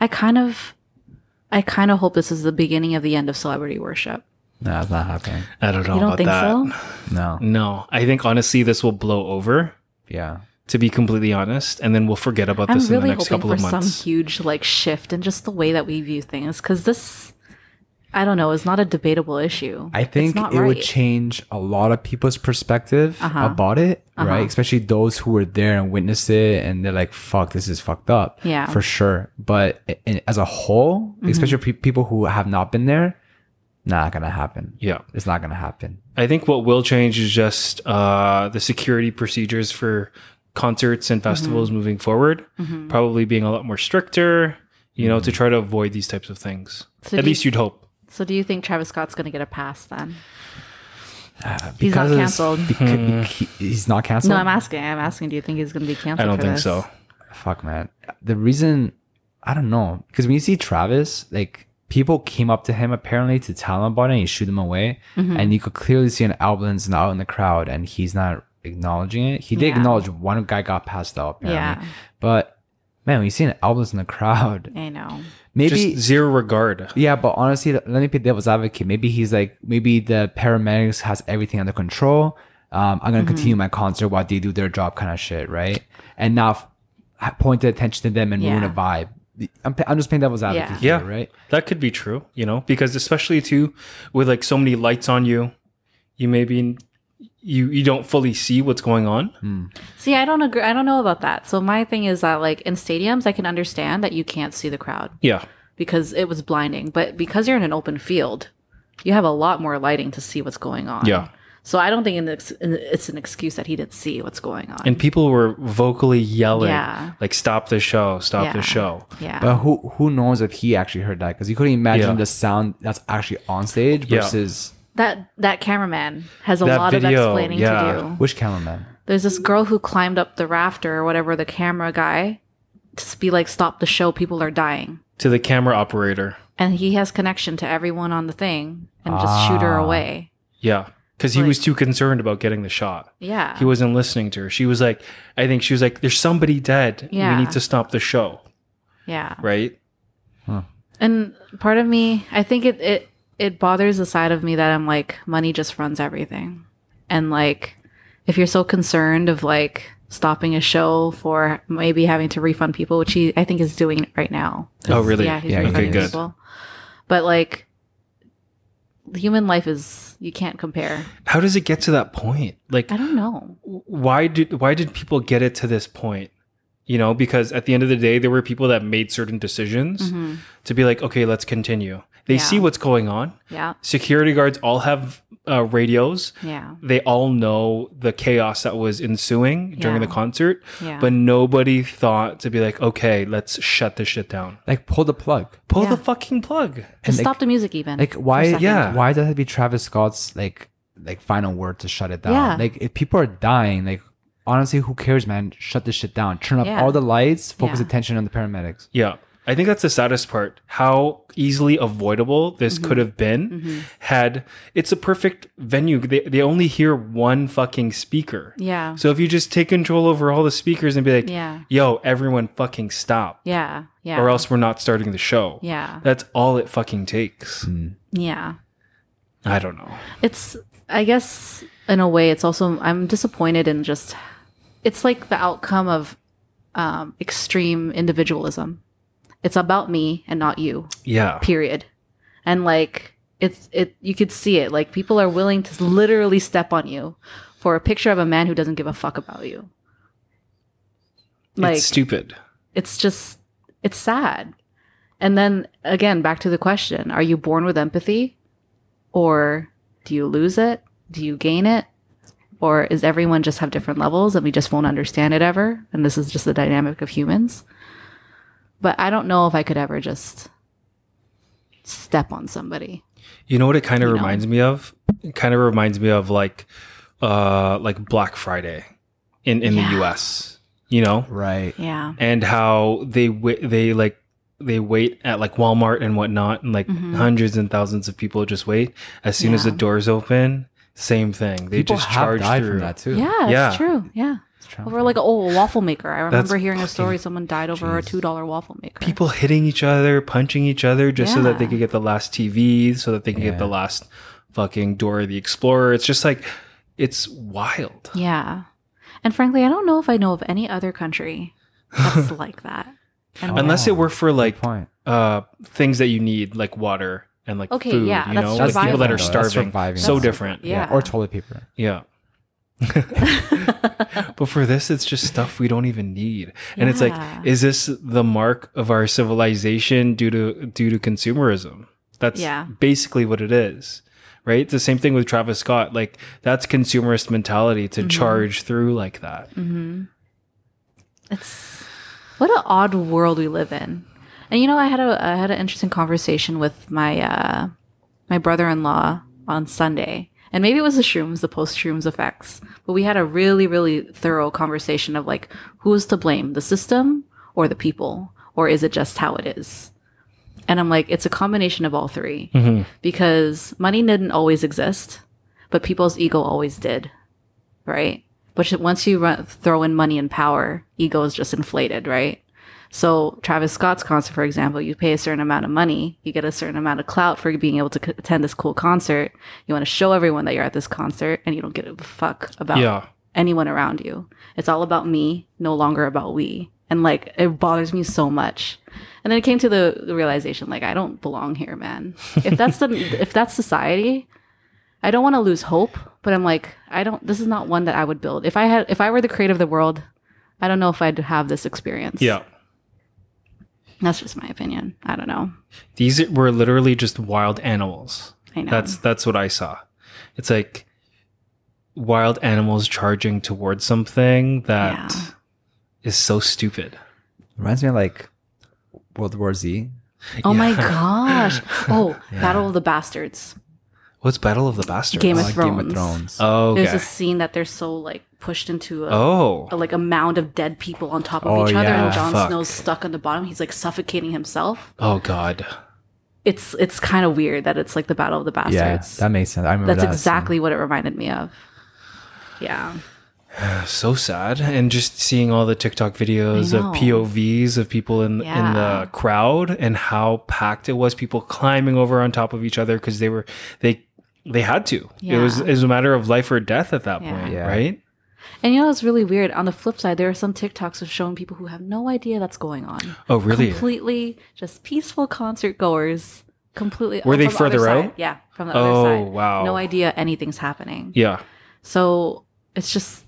I kind of I kind of hope this is the beginning of the end of celebrity worship. No, it's not happening. I don't know You don't about think that. <laughs> so? No. No, I think honestly this will blow over Yeah. to be completely honest and then we'll forget about I'm this in the really next hoping couple for of some months. huge like shift in just the way that we view things cuz this I don't know, is not a debatable issue. I think it not would right. Uh-huh. change a lot of people's perspective about it, right? Especially those who were there and witnessed it, and they're like, "Fuck, this is fucked up." Yeah. Mm-hmm. for sure. But i- in, as a whole, especially pe- people who have not been there, not gonna happen. yeah. It's not gonna happen. I think what will change is just uh, the security procedures for concerts and festivals Mm-hmm. moving forward, probably being a lot more stricter, you know, to try to avoid these types of things. Mm-hmm. So At do you- least you'd hope. So do you think Travis Scott's going to get a pass then? He's not Because of this- canceled. beca- beca- he's not canceled. No, I'm asking. I'm asking. Do you think he's going to be canceled? I don't for think this? so. Fuck, man. The reason I don't know because when you see Travis, like people came up to him apparently to tell him about it, and he shoot him away, Mm-hmm. and you could clearly see an Albin's not in the crowd, and he's not acknowledging it. He did Yeah. acknowledge one guy got passed out, apparently. Yeah. But man, when you see an Albin's in the crowd, <laughs> I know. maybe. just zero regard. yeah, but honestly, let me be devil's advocate. Maybe he's like, maybe the paramedics has everything under control. Um, I'm Mm-hmm. gonna continue my concert while they do their job, kind of shit, right? And not f- ha- point the attention to them and ruin Yeah. a vibe. I'm, pa- I'm just playing devil's advocate here, Yeah. Yeah. right? That could be true, you know, because especially too with like so many lights on you, you maybe you you don't fully see what's going on. See, I don't agree. I don't know about that. So my thing is that, like in stadiums, I can understand that you can't see the crowd. Yeah. because it was blinding. But because you're in an open field, you have a lot more lighting to see what's going on. Yeah. So I don't think an ex- it's an excuse that he didn't see what's going on. And people were vocally yelling, Yeah. like, stop the show, stop Yeah. the show. yeah. But who who knows if he actually heard that? Because you couldn't imagine Yeah. the sound that's actually on stage Yeah. versus that that cameraman has a That lot video, of explaining yeah. to do. which cameraman. There's this girl who climbed up the rafter or whatever the camera guy to s- be like, stop the show, people are dying. To the camera operator. And he has connection to everyone on the thing and just shoot her Ah. away. Yeah. Because he Like- was too concerned about getting the shot. Yeah. He wasn't listening to her. She was like, I think she was like, there's somebody dead. Yeah. We need to stop the show. yeah. Right. And part of me, I think it it it bothers the side of me that I'm like money just runs everything. And like if you're so concerned of like stopping a show for maybe having to refund people, which he I think is doing right now. Oh, really? Yeah, he's Yeah, he refunding is. people. But like human life is you can't compare. How does it get to that point? Like, I don't know. why did why did people get it to this point? You know, because at the end of the day, there were people that made certain decisions Mhm. to be like, okay, let's continue. They Yeah. see what's going on. Yeah. Security guards all have uh, radios. Yeah. They all know the chaos that was ensuing during Yeah. the concert, Yeah. but nobody thought to be like, okay, let's shut this shit down. Like pull the plug. Pull Yeah. the fucking plug. just like- stop the music even. Like Mm-hmm. for a why? second. Yeah. Why does it have to be Travis Scott's like like final word to shut it down? Yeah. Like if people are dying, like honestly, who cares, man? Shut this shit down. Turn up Yeah. all the lights. Focus Yeah. attention on the paramedics. Yeah. I think that's the saddest part. How easily avoidable this could have been had it's a perfect venue. They, they only hear one fucking speaker. Yeah. So if you just take control over all the speakers and be like, Yeah. yo, everyone fucking stop Yeah. Yeah. or else we're not starting the show. Yeah. That's all it fucking takes. Yeah. I don't know. It's I guess in a way it's also I'm disappointed in just it's like the outcome of um extreme individualism. It's about me and not you. Yeah. Period. And like it's it you could see it like people are willing to literally step on you for a picture of a man who doesn't give a fuck about you. Like it's stupid. it's just it's sad and then again back to the question are you born with empathy or do you lose it do you gain it or is everyone just have different levels and we just won't understand it ever and this is just the dynamic of humans but i don't know if i could ever just step on somebody You know what it kind of You know? reminds me of? It kind of reminds me of like uh like Black Friday in in Yeah. the US, you know? Right. yeah and how they wait, they like they wait at like Walmart and whatnot, and like Mhm. hundreds and thousands of people just wait. As soon as the Yeah. doors open, same thing. They people just have charge died through. from that too. yeah Yeah. it's true yeah It's true. over like oh, a waffle maker i remember hearing a fucking- story someone died over Jeez. a two dollar waffle maker People hitting each other, punching each other, just so that they Yeah. could get the last TV, so that they could Yeah. get the last fucking Dora the Explorer. It's just like it's wild. Yeah. And frankly, I don't know if I know of any other country that's like that. And Unless Oh, it were for like point. uh things that you need, like water and like Okay, food, yeah, you that's know, like people that survival. are That's starving, surviving. so That's- different. yeah. Or toilet paper. Yeah. <laughs> but for this, it's just stuff we don't even need. And it's Yeah. like, is this the mark of our civilization due to due to consumerism? That's Yeah. basically what it is. Right? It's the same thing with Travis Scott. Like that's consumerist mentality to Mm-hmm. charge through like that. hmm It's what an odd world we live in. And you know, I had a I had an interesting conversation with my uh, my brother in law on Sunday, and maybe it was the shrooms, the post shrooms effects. But we had a really really thorough conversation of like who is to blame, the system or the people, or is it just how it is? And I'm like, it's a combination of all 3 because money didn't always exist, but people's ego always did right? But sh- once you run, throw in money and power, ego is just inflated, right? So Travis Scott's concert, for example, you pay a certain amount of money, you get a certain amount of clout for being able to c- attend this cool concert. You want to show everyone that you're at this concert, and you don't give a fuck about Yeah. anyone around you. It's all about me, no longer about we. And like it bothers me so much. And then it came to the the realization like I don't belong here, man. If that's the <laughs> if that's society, I don't want to lose hope, but I'm like I don't this is not one that I would build. If I had if I were the creator of the world, I don't know if I'd have this experience. Yeah. That's just my opinion. I don't know. These were literally just wild animals. I know. That's that's what I saw. It's like wild animals charging towards something that is Yeah. so stupid. Reminds me of like World War Z. oh <laughs> my Yeah. gosh. Oh, Yeah. Battle of the Bastards. <laughs> What's Battle of the Bastards? Game of Uh, Thrones. Oh, okay. There's a scene that they're so like pushed into a, oh, a, like a mound of dead people on top of Oh, each other, yeah. and Jon Fuck. Snow's stuck on the bottom. He's like suffocating himself. oh God. It's it's kind of weird that it's like the Battle of the Bastards. Yeah, that makes sense. I remember That's that scene. exactly what it reminded me of. Yeah. so sad and just seeing all the tiktok videos I of know. povs of people in in Yeah. the crowd and how packed it was people climbing over on top of each other because they were they they had to it was Yeah. it was a matter of life or death at that Yeah. point Yeah. right And you know, it's really weird. On the flip side, there are some TikToks of showing people who have no idea that's going on. oh really Completely just peaceful concert goers. Completely. Were they from the other further side. out? Yeah, from the oh other side. wow No idea anything's happening. yeah So it's just.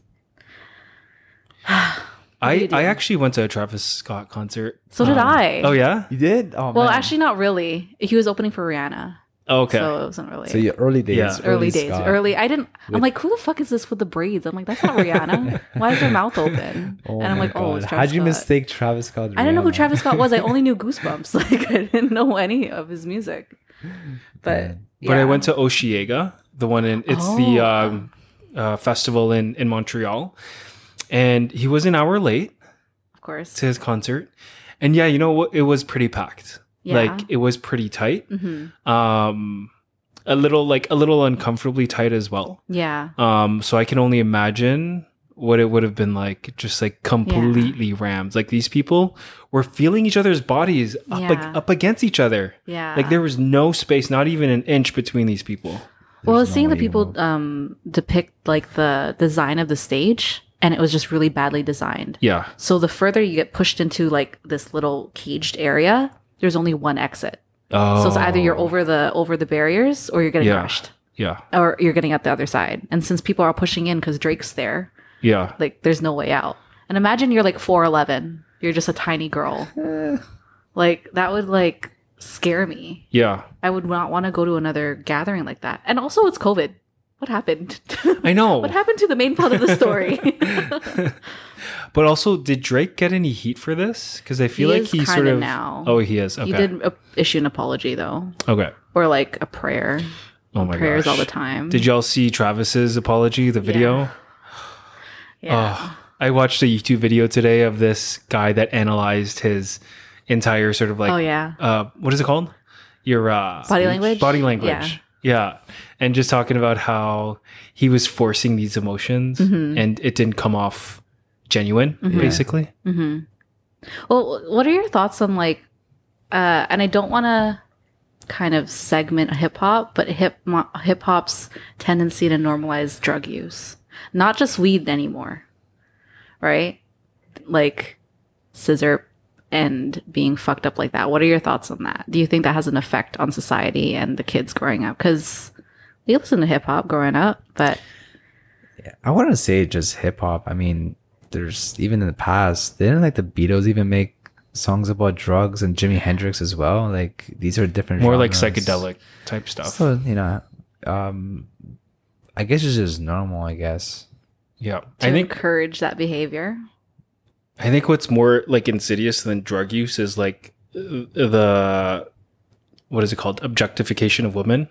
do i you do? i actually went to a travis scott concert So did I. oh yeah You did? Oh, Well, man. actually, not really. He was opening for Rihanna, oh, okay so it wasn't really. So your early days. Yeah. early, days, Scott. early. I didn't. I'm With- like, who the fuck is this with the braids? I'm like, that's not Rihanna. Why is her mouth <laughs> open? Oh and I'm my like, oh, it's God. Travis how'd you Scott. mistake Travis Scott? I don't know who Rihanna? Travis Scott was. I <laughs> only knew Goosebumps. <laughs> Like I didn't know any of his music. But but i yeah. went to oshiega the one in it's the Oh. um uh, festival in in montreal and he was an hour late of course. to his concert. And yeah, you know what? It was pretty packed. yeah. Like it was pretty tight. Mhm. Um a little like a little uncomfortably tight as well. Yeah. Um so I can only imagine what it would have been like just like completely rammed. Like these people were feeling each other's bodies up ag- Yeah. up against each other. Yeah. Like there was no space, not even an inch between these people. well, There's no seeing the way you people won't. um depict like the design of the stage, and it was just really badly designed. Yeah. So the further you get pushed into like this little caged area, there's only one exit. Oh. So it's either you're over the over the barriers or you're getting Yeah. crushed. Yeah. Or you're getting out the other side. And since people are pushing in because Drake's there, Yeah. like there's no way out. And imagine you're like 4'11. You're just a tiny girl. like that would like scare me. Yeah. I would not want to go to another gathering like that. And also it's COVID. What happened? <laughs> I know. what happened to the main part of the <laughs> story? But also, did Drake get any heat for this? Because I feel He like is he sort kinda of now. Oh, he is. Okay. He did uh, issue an apology though, Okay. or like a prayer. Oh my Prayers gosh. all the time. Did y'all see Travis's apology? The video. Yeah. Oh, I watched a YouTube video today of this guy that analyzed his entire sort of like. oh yeah. Uh, what is it called? Your uh, Body language? Body Yeah. language. Yeah. And just talking about how he was forcing these emotions Mm-hmm. and it didn't come off genuine, basically. hmm Well, what are your thoughts on like, uh, and I don't want to kind of segment hip hop, but hip mo- hip hop's tendency to normalize drug use, not just weed anymore, right? Like, scissor and being fucked up like that. What are your thoughts on that? Do you think that has an effect on society and the kids growing up? Because we listened to hip hop growing up, but I wouldn't say just hip hop. I mean, there's even in the past, didn't like the Beatles even make songs about drugs and Jimi Hendrix as well? Like these are different More like genres. psychedelic type stuff. So you know, um, I guess it's just normal. I guess. yeah. to I think encourage that behavior. I think what's more like insidious than drug use is like uh, the what is it called objectification of women,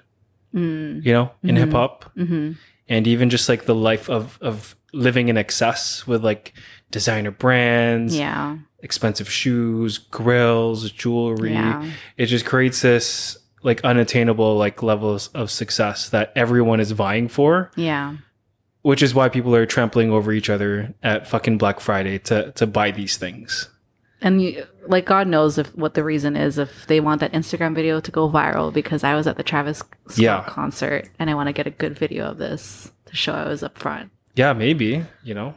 Mm, you know, in Mhm. hip hop, hmm and even just like the life of of living in excess with like designer brands, Yeah. expensive shoes, grills, jewelry. Yeah. It just creates this like unattainable like levels of success that everyone is vying for, Yeah. which is why people are trampling over each other at fucking Black Friday to to buy these things. And you, like God knows if what the reason is if they want that Instagram video to go viral because I was at the Travis Scott Yeah. concert and I want to get a good video of this to show I was up front. Yeah, maybe, you know.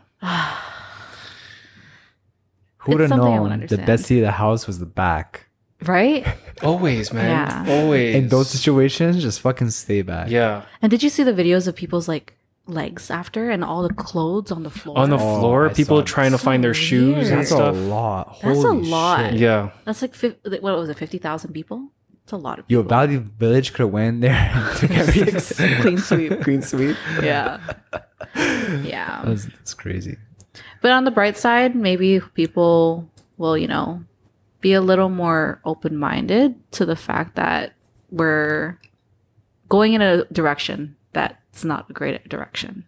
Who would It's have something I don't known the understand. best seat of the house was the back? Right? Always, Yeah. man. Always. In those situations, just fucking stay back. Yeah. And did you see the videos of people's like legs after and all the clothes on the floor. On the Oh, floor, I people saw trying to that. find their So shoes and weird. That's a stuff. lot. That's a Holy lot. shit. Yeah. That's like fif- what was it, fifty thousand people? It's a lot of Yo, people. Valley Village could have went there <laughs> and took <laughs> everything. clean sweep. Queen Sweep. Yeah, <laughs> yeah. That's, that's crazy. But on the bright side, maybe people will, you know, be a little more open minded to the fact that we're going in a direction that's not a great direction.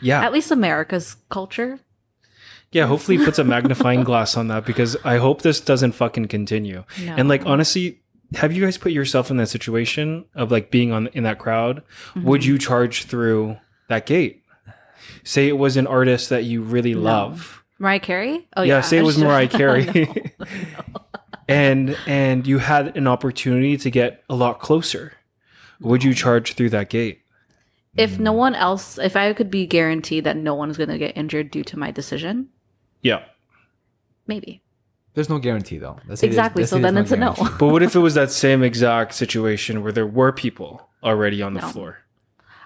Yeah. At least America's culture. Yeah, hopefully he puts a magnifying glass on that because I hope this doesn't fucking continue. No. And like honestly, have you guys put yourself in that situation of like being on in that crowd? Mm-hmm. Would you charge through that gate? Say it was an artist that you really love. Mariah Carey? Oh yeah, say it <laughs> was Sure. Mariah Carey. <laughs> and and you had an opportunity to get a lot closer. Would you charge through that gate? if no one else, if I could be guaranteed that no one's going to get injured due to my decision, Yeah. maybe. There's no guarantee though. Let's say there's- Exactly. let's So say then there's it's a no. guarantee. But what if it was that same exact situation where there were people already on the No. floor?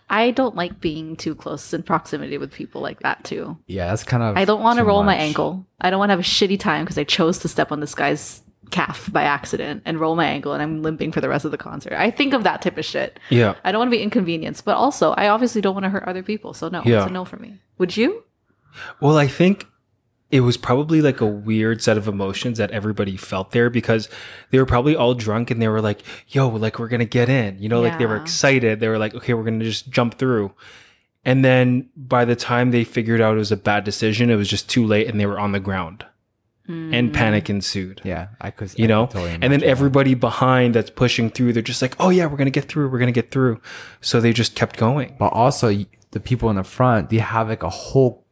I don't like being too close in proximity with people like that too. Yeah, that's kind of. I don't want to too roll my much. ankle. I don't want to have a shitty time because I chose to step on this guy's calf by accident and roll my ankle and I'm limping for the rest of the concert. I think of that type of shit. Yeah. I don't want to be inconvenienced, but also I obviously don't want to hurt other people. So no, Yeah. it's a no for me. Would you? Well, I think it was probably like a weird set of emotions that everybody felt there because they were probably all drunk and they were like, yo, like we're going to get in. You know, like they were Yeah. excited. They were like, okay, we're going to just jump through. And then by the time they figured out it was a bad decision, it was just too late and they were on the ground Mm. and panic ensued. Yeah, I could. You I know, could totally and then imagine that. everybody behind that's pushing through, they're just like, "Oh yeah, we're gonna get through. We're gonna get through." So they just kept going. but also y- the people in the front, they have like a whole,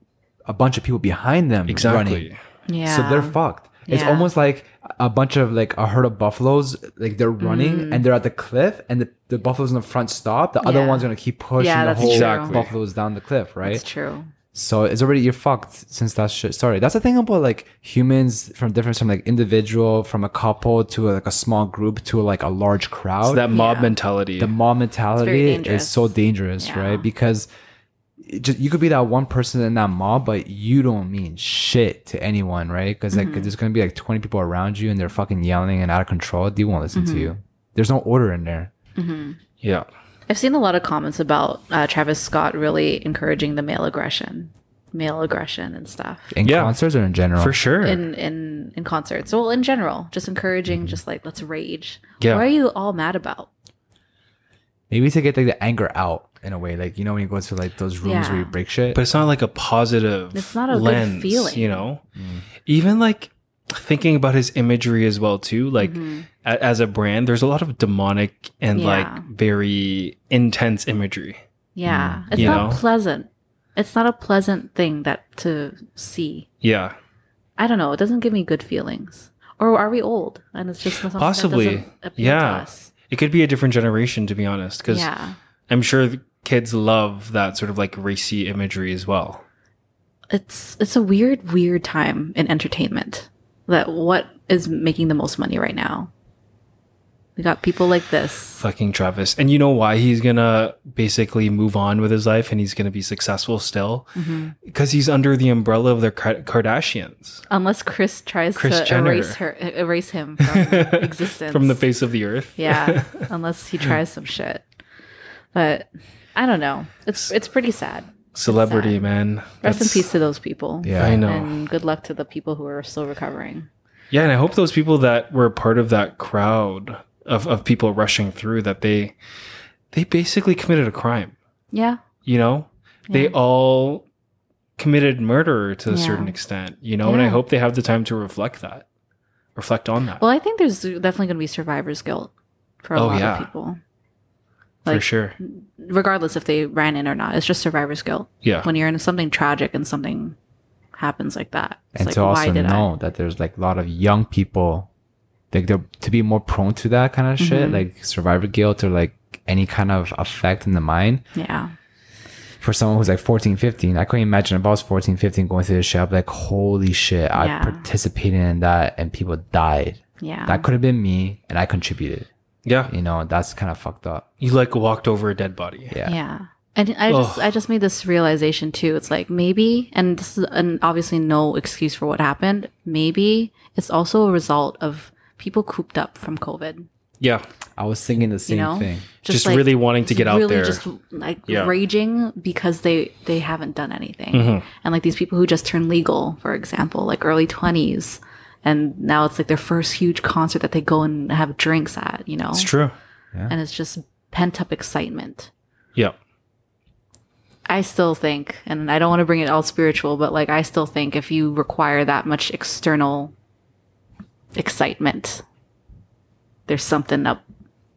a bunch of people behind them Exactly. running. Yeah. So they're fucked. It's Yeah. almost like a bunch of like a herd of buffaloes, like they're running and they're at the cliff, and the, the buffaloes in the front stop. The other Mm. Yeah. one's gonna keep pushing Yeah, the that's whole Exactly. true. buffaloes down the cliff, right? It's true. So it's already you're fucked since that shit started. That's the thing about like humans from different from like individual, from a couple to like a small group to like a large crowd. So that mob Yeah. mentality. the mob mentality is dangerous. so dangerous, Yeah. right? Because it ju- you could be that one person in that mob, but you don't mean shit to anyone, right? Because Mm-hmm. like there's gonna be like 20 people around you and they're fucking yelling and out of control. They won't listen Mm-hmm. to you. There's no order in there. yeah. I've seen a lot of comments about uh, Travis Scott really encouraging the male aggression, male aggression and stuff. In Yeah. concerts or in general. For sure. in in in concerts well in general just encouraging just like let's rage Yeah. what are you all mad about Maybe to get like the anger out in a way, like you know when you go to like those rooms where you Yeah. break shit. but it's not like a positive It's not a good lens, feeling. you know even like thinking about his imagery as well too like a- as a brand there's a lot of demonic and Mm-hmm. Yeah. like very intense imagery yeah it's Mm, You not know? pleasant it's not a pleasant thing that to see yeah i don't know it doesn't give me good feelings or are we old and it's just something Possibly. that doesn't appeal to Yeah. us it could be a different generation to be honest because yeah i'm sure the kids love that sort of like racy imagery as well it's it's a weird weird time in entertainment that what is making the most money right now we got people like this fucking travis and you know why he's gonna basically move on with his life and he's gonna be successful still Mm-hmm. because he's under the umbrella of the Kar- kardashians Unless Chris tries Kris to Jenner. erase her, erase <laughs> him from existence from the face of the earth <laughs> Yeah, unless he tries some shit. But I don't know. It's it's pretty sad. celebrity man Rest in That's- peace to those people. yeah, i know And good luck to the people who are still recovering. yeah and i hope those people that were part of that crowd of, of people rushing through that they they basically committed a crime Yeah. you know they all committed murder to a Yeah. certain extent you know and i Yeah. hope they have the time to reflect that reflect on that Well, I think there's definitely going to be survivor's guilt for a Oh, lot yeah. of people, for like- mm, sure regardless if they ran in or not. It's just survivor's guilt. yeah When you're in something tragic and something happens like that, it's and like, to why also did know that there's like a lot of young people like they're to be more prone to that kind of Mm-hmm. shit like survivor guilt or like any kind of effect in the mind I? Yeah. for someone who's like 14 15 i couldn't imagine if i was 14 15 going through this shit i'd be like holy shit i Yeah. Uh-huh. participated in that and people died Yeah. that could have been me and i contributed yeah you know that's kind of fucked up you like walked over a dead body yeah. yeah. And I just Ugh. I just made this realization too. It's like maybe, and this is an obviously no excuse for what happened. Maybe it's also a result of people cooped up from COVID. Yeah. I was thinking the same know? thing. Just really wanting to get out really there. Just like Yeah. raging because they they haven't done anything, Mm-hmm. and like these people who just turned legal, for example, like early twenties, and now it's like their first huge concert that they go and have drinks at. You know, true. and it's just pent up excitement. Yeah. I still think, and I don't want to bring it all spiritual, but like I still think if you require that much external excitement, there's something up.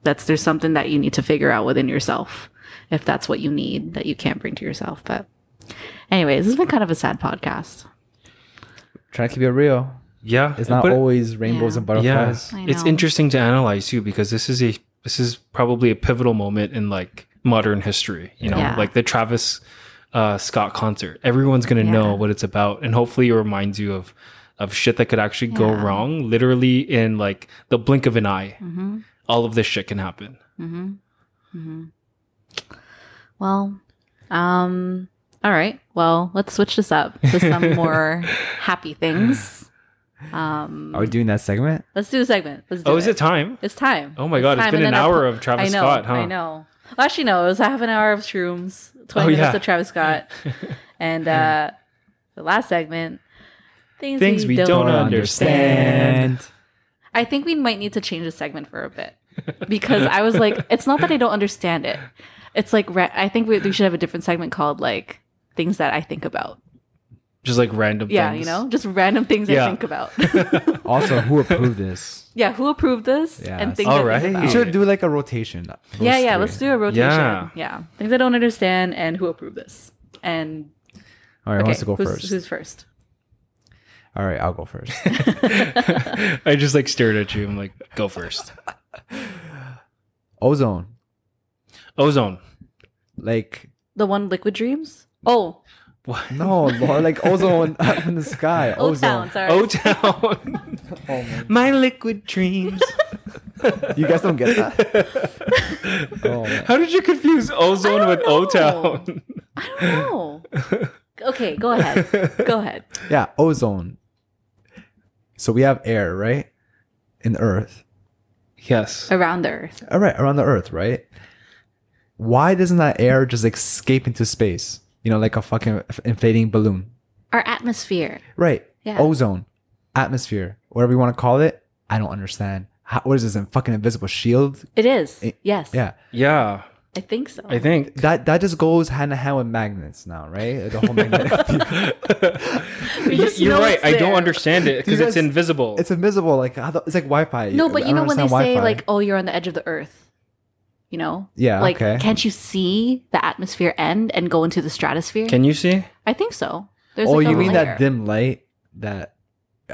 That's there's something that you need to figure out within yourself if that's what you need that you can't bring to yourself. But, anyways, this has been kind of a sad podcast. Trying to keep it real. Yeah. It's not But- always rainbows Yeah. and Yeah. butterflies. I It's know. interesting to analyze too because this is a this is probably a pivotal moment in like modern history, you know, Yeah. like the Travis uh, Scott concert. Everyone's going to know Yeah. what it's about and hopefully it reminds you of of shit that could actually go Yeah. wrong literally in like the blink of an eye. Mm-hmm. All of this shit can happen. Mm-hmm. Mm-hmm. Well, um, all right. Well, let's switch this up to <laughs> some more happy things. Um, Are we doing that segment? Let's do a segment. Let's do Oh, is it time? It's time. Oh my God, it's time. been And an then I'll hour put- of Travis I know, Scott, huh? I know. Well, actually, no. It was a half an hour of shrooms, Oh, twenty minutes yeah. of Travis <laughs> Scott, and uh, the last segment. Things, Things we don't Don't understand. understand. I think we might need to change the segment for a bit because I was like, it's not that I don't understand it. It's like ra- I think we, we should have a different segment called like things that I think about. Just like random Yeah, things. you know, just random things Yeah. I think about. <laughs> Also, who approved <laughs> this? yeah, who approved this? Yes. And things I All think right. about. You should do like a rotation. Those yeah, yeah. three. Let's do a rotation. Yeah. Yeah. Things I don't understand and who approved this. And All right, who okay, wants to go who's, first? Who's first? All right, I'll go <laughs> first. <laughs> I just like stared at you. I'm like, go first. Ozone, Ozone. like The one Liquid Dreams? Oh, What? no, Lord, like ozone up in the sky. <laughs> Old ozone. Town. Sorry. O <laughs> Town. my liquid dreams. You guys don't get that. <laughs> oh, man. How did you confuse I ozone don't with know. O Town? I don't know. Oh. okay, go ahead. Go ahead. Yeah, ozone. So we have air, right? In the Earth. Yes. <laughs> Around the Earth. All right, around the Earth, right? Why doesn't that air just escape into space? You know, like a fucking inflating balloon. Our atmosphere. Right. Yeah. Ozone, atmosphere, whatever you want to call it. I don't understand. How, what is this? A fucking invisible shield? It is. It- yes. Eh, Yeah. Yeah, I think so. <laughs> I think. That that just goes hand in hand with magnets now, right? The whole <laughs> magnetic field. We just You're know right. it's I don't there. understand it because You it's guys- invisible. It's invisible. Like how the- it's like Wi-Fi. No, but I you know don't when they understand say Wi-Fi. like, "Oh, you're on the edge of the Earth," you know? Yeah, Like, okay. can't you see the atmosphere end and go into the stratosphere? Can you see? I think so. There's oh, like a you mean layer. that dim light? That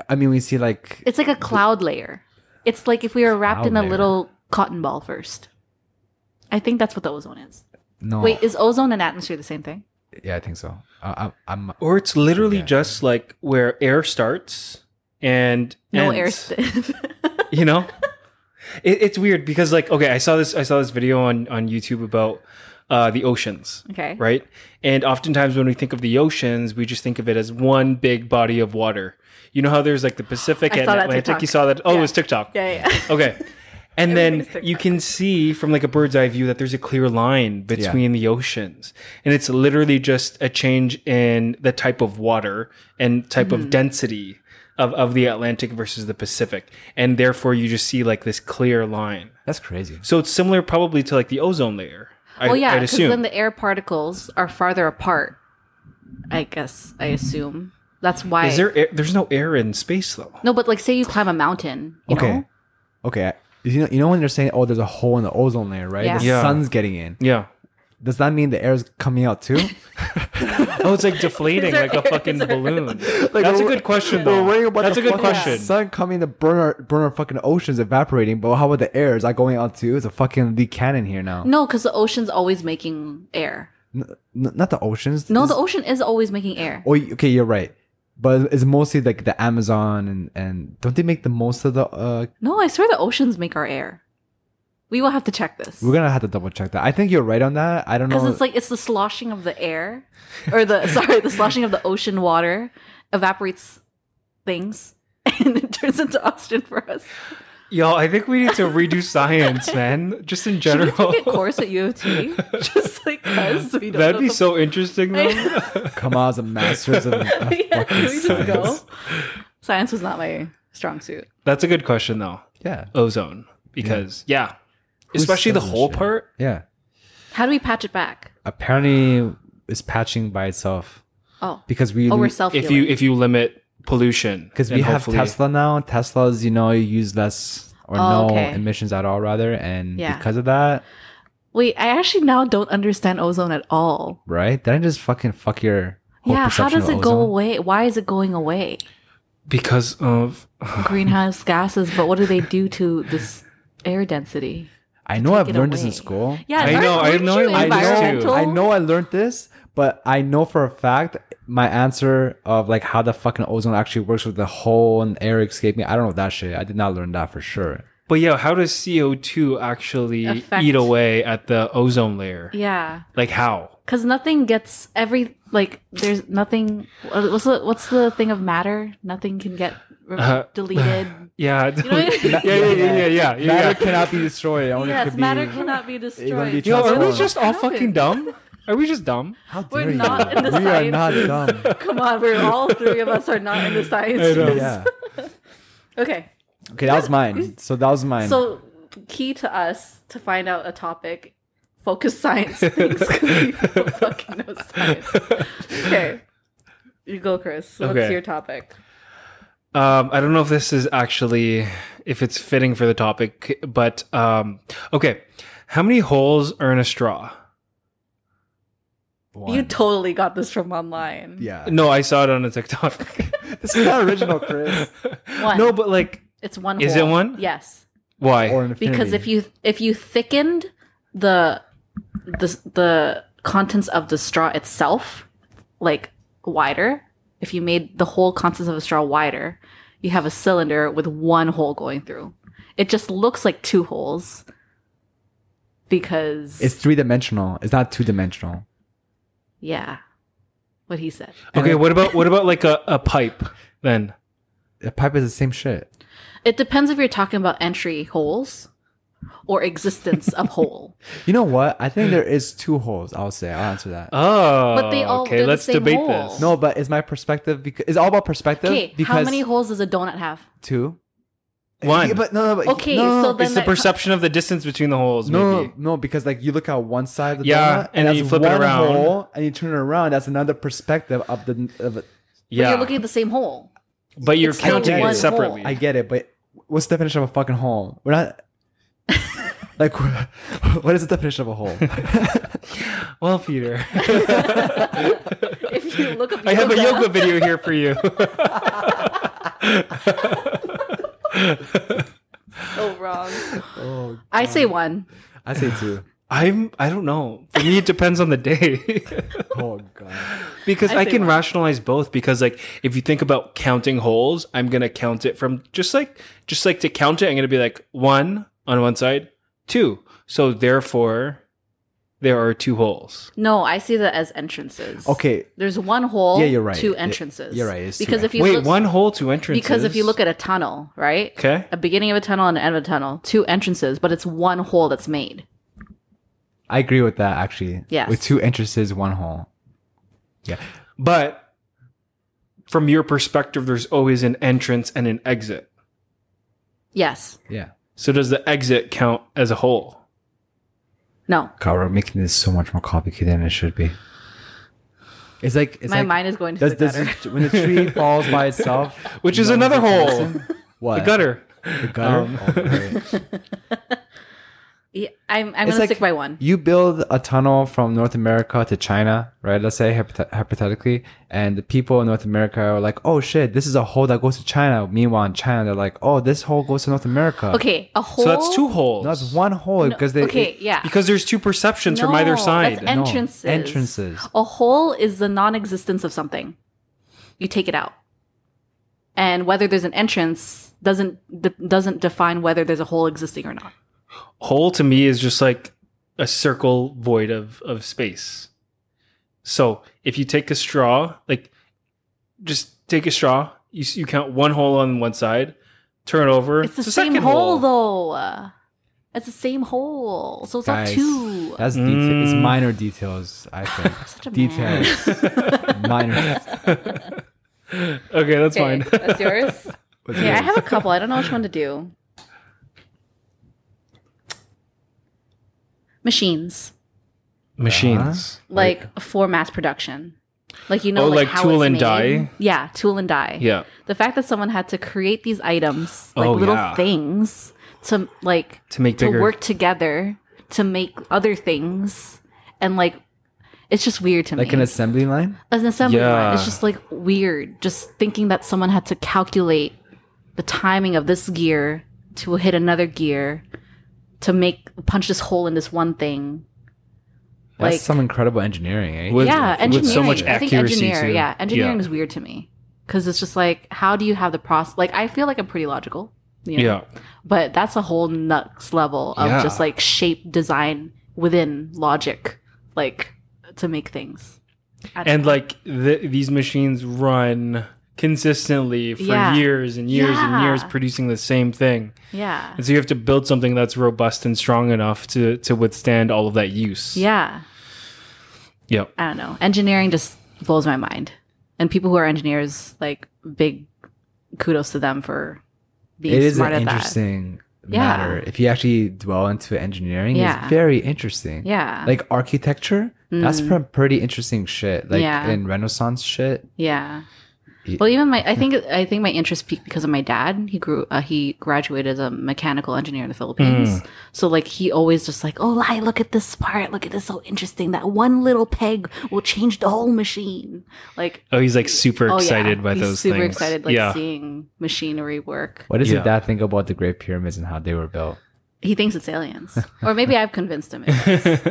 I mean, we see like It's like a cloud layer. It's like if we were wrapped Cloud in a layer. little cotton ball first. I think that's what the ozone is. Oh. no. Wait, is ozone and atmosphere the same thing? yeah, I think so. I, I, I'm Or it's literally Yeah. just like where air starts and No ends, air. St- <laughs> you know, it, it's weird because like okay, I saw this. I saw this video on on YouTube about uh, the oceans. <laughs> okay. right? And oftentimes when we think of the oceans, we just think of it as one big body of water. You know how there's like the Pacific I and saw that Atlantic. You TikTok. saw that? Oh, it Yeah. was TikTok. Yeah, yeah, yeah. Okay. And then Everything's you TikTok. can see from like a bird's eye view that there's a clear line between the oceans. And it's literally just a change in the type of water and type Mm-hmm. of density of, of the Atlantic versus the Pacific. And therefore you just see like this clear line. that's crazy. So it's similar probably to like the ozone layer. I, well, yeah, <laughs> I'd because assume. then the air particles are farther apart. I guess. I assume that's why. Is there air, there's no air in space though. no, but like, say you climb a mountain. You okay, Know? okay. I- You know, you know when they're saying, "Oh, there's a hole in the ozone layer," right? Yeah. The Yeah. sun's getting in. Yeah. Does that mean the air is coming out too? Oh, it's like deflating <laughs> Is there like a air- fucking is there air? <laughs> balloon. That's a we're- good question We're though. worrying about That's the a good fucking question. sun coming to burn our burn our fucking oceans evaporating, but how about the air? Is that going out too? It's a fucking leak cannon here now. No, because the ocean's always making air. N- n- not the oceans. No, This- the ocean is always making air. Oh, y- okay, you're right. But it's mostly like the Amazon and and don't they make the most of the uh No, I swear the oceans make our air. We will have to check this. We're gonna have to double check that. I think you're right on that. I don't because know. it's like it's the sloshing of the air or the <laughs> sorry the sloshing of the ocean water evaporates things <laughs> and it turns into oxygen for us Yo, I think we need to redo science, man. Just in <laughs> should we general. take a course at u of t just like us so we don't <laughs> That'd know be the- so interesting, though. Come on, as a masters of, of <laughs> yeah, can fucking we just science. go science was not my strong suit That's a good question, though. Yeah, Ozone, because yeah, Who especially the says whole shit? part. yeah. how do we patch it back Apparently, it's patching by itself oh because we oh we're self If you if you limit pollution, because we then have hopefully- Tesla now. Teslas, you know, you use less or Oh, no okay. emissions at all, rather, and Yeah. because of that, wait i actually now don't understand ozone at all right? Did I just fucking fuck your? Whole yeah how perception does of it go ozone? away why is it going <sighs> away because of greenhouse gases but what do they do to this air density I know I've it learned this in away. school. Yeah, I know, I know, you I know. environmental? I know I learned this, but I know for a fact my answer of like how the fucking ozone actually works with the hole and air escaping. I don't know that shit. I did not learn that for sure. But yeah, how does CO two actually Affect- eat away at the ozone layer? Yeah, Like how? because nothing gets every like. There's nothing. What's the what's the thing of matter? Nothing can get re- Uh, <laughs> deleted. Yeah, what I <laughs> yeah, yeah, mean? yeah, yeah, yeah. Matter yeah. cannot be destroyed. Only yes, could be- matter cannot be destroyed. be Yo, are we Transform. just all fucking dumb? Are we just dumb? How We're dare you? not in the we are not sciences. <laughs> dumb. Come on, we're all three of us are not in <laughs> the I know. science. Yeah. Okay, Okay, that was mine. So that was mine. so key to us to find out a topic. Focus <laughs> science things 'cause we don't fucking know science. Okay, you go, Chris. What's Okay. your topic? Um, I don't know if this is actually if it's fitting for the topic, but um, okay. How many holes are in a straw? One. You totally got this from online. yeah. <laughs> No, I saw it on a TikTok. This is not original, Chris. <laughs> One. No, but like, It's one. Is hole. it one? Yes, why? Or an infinity. because if you if you thickened the the the contents of the straw itself like wider, if you made the whole contents of a straw wider, you have a cylinder with one hole going through. It just looks like two holes because it's three dimensional, it's not two dimensional. yeah, what he said. okay, what about what about like a, a pipe then? The pipe is the same shit. It depends if you're talking about entry holes or existence of <laughs> hole. You know what? I think there is two holes. I'll say. I'll answer that. Oh, But they all- they're okay. the Let's same debate hole. this. no, but it's my perspective because it's all about perspective. Okay, because how many holes does a donut have? two? One. Yeah, but no, no, but Okay, no, so then it's the that- perception of the distance between the holes. no, maybe. no, no, because like you look at one side of the Yeah, donut, and then you that's flip it one around. hole, and you turn it around. That's another perspective of the. Of it. But yeah, you're looking at the same hole. <laughs> but you're it's still counting one it hole. separately. I get it, but what's the definition of a fucking hole? We're not. like, <laughs> what is the definition of a hole? Well, Peter, If you look <laughs> up, I have <laughs> a yoga video here for you. <laughs> so <laughs> wrong. oh, I say one. I say <laughs> two. I'm. I don't know. For me, it depends on the day. <laughs> Oh god. because I I, say can one. rationalize both because like if you think about counting holes, I'm gonna count it from just like just like to count it, I'm gonna be like one on one side, two. So therefore there are two holes. No, I see that as entrances. Okay. There's one hole. Yeah, you're right. Two Yeah, entrances. you're right, it's two because if you Wait, look, one hole, two entrances. because if you look at a tunnel, right? Okay. A beginning of a tunnel and an end of a tunnel, two entrances, but it's one hole that's made. I agree with that actually. Yes. With two entrances, one hole. Yeah. But from your perspective, there's always an entrance and an exit. Yes. Yeah. So does the exit count as a hole? No. God, we're making this so much more complicated than it should be. It's like it's My like, mind is going to does, the does gutter. it- when the tree falls by itself, Which is no another hole. comparison? What The gutter. The gutter? Um, Oh, great. <laughs> Yeah, I'm. I'm It's gonna like- stick by one. you build a tunnel from North America to China, right? Let's say hypothet- hypothetically, and the people in North America are like, "Oh shit, this is a hole that goes to China." Meanwhile, in China, they're like, "Oh, this hole goes to North America." Okay, a hole. So that's two holes. No, it's one hole because they Okay, yeah. because there's two perceptions from either No, side. that's No, entrances. entrances. A hole is the non existence of something. You take it out. And whether there's an entrance doesn't de- doesn't define whether there's a hole existing or not. Hole to me is just like a circle void of of space. So if you take a straw, like just take a straw, you s- you count one hole on one side, turn it over. It's the a same hole, though. It's the same hole, so it's Guys, not two. That's detail. It's Mm. minor details, <sighs> I think. I'm such a man. details. <laughs> minor. okay, that's Okay, fine. <laughs> <laughs> that's yours. What's Yeah, I yours? have a couple. I don't know which one to do. Machines, Machines. like for mass production, like you know, Oh, like, like how tool it's and made. die? Yeah, tool and die. Yeah. the fact that someone had to create these items, like Oh, little yeah. things, to like To make to bigger. work together to make other things, and like it's just weird to me. like an assembly line? as an assembly line. It's Yeah. just like weird. Just thinking that someone had to calculate the timing of this gear to hit another gear to make punch this hole in this one thing. That's Like- some incredible engineering, eh? With- yeah, engineering. with so much I think accuracy, engineer. too. Yeah, engineering Yeah. is weird to me because it's just like, how do you have the process? Like, I feel like I'm pretty logical. you know? Yeah. But that's a whole next level of Yeah. just like shape design within logic, like to make things. I don't and know. like th- these machines run consistently for Yeah. years and years and years Yeah. producing the same thing yeah. and so you have to build something that's robust and strong enough to to withstand all of that use Yeah. yep I don't know. Engineering just blows my mind. And people who are engineers, like big kudos to them for being It is smart an at interesting Yeah. matter. If you actually dwell into engineering, Yeah. it's very interesting. that. Yeah. Like architecture, that's Mm. pre- pretty interesting shit. Like Yeah. in Renaissance shit. yeah. Ye- Well, even my I think I think my interest peaked because of my dad. He grew uh, he graduated as a mechanical engineer in the Philippines. Hmm. So like he always just like, "Oh, I look at this part. Look at this so interesting. That one little peg will change the whole machine." Like oh he's like super oh, yeah. excited by He's those super things excited like yeah <laughs> seeing machinery work. What does your Yeah. dad think about the Great Pyramids and how they were built? He thinks it's <laughs> aliens. Or maybe I've convinced him. It is.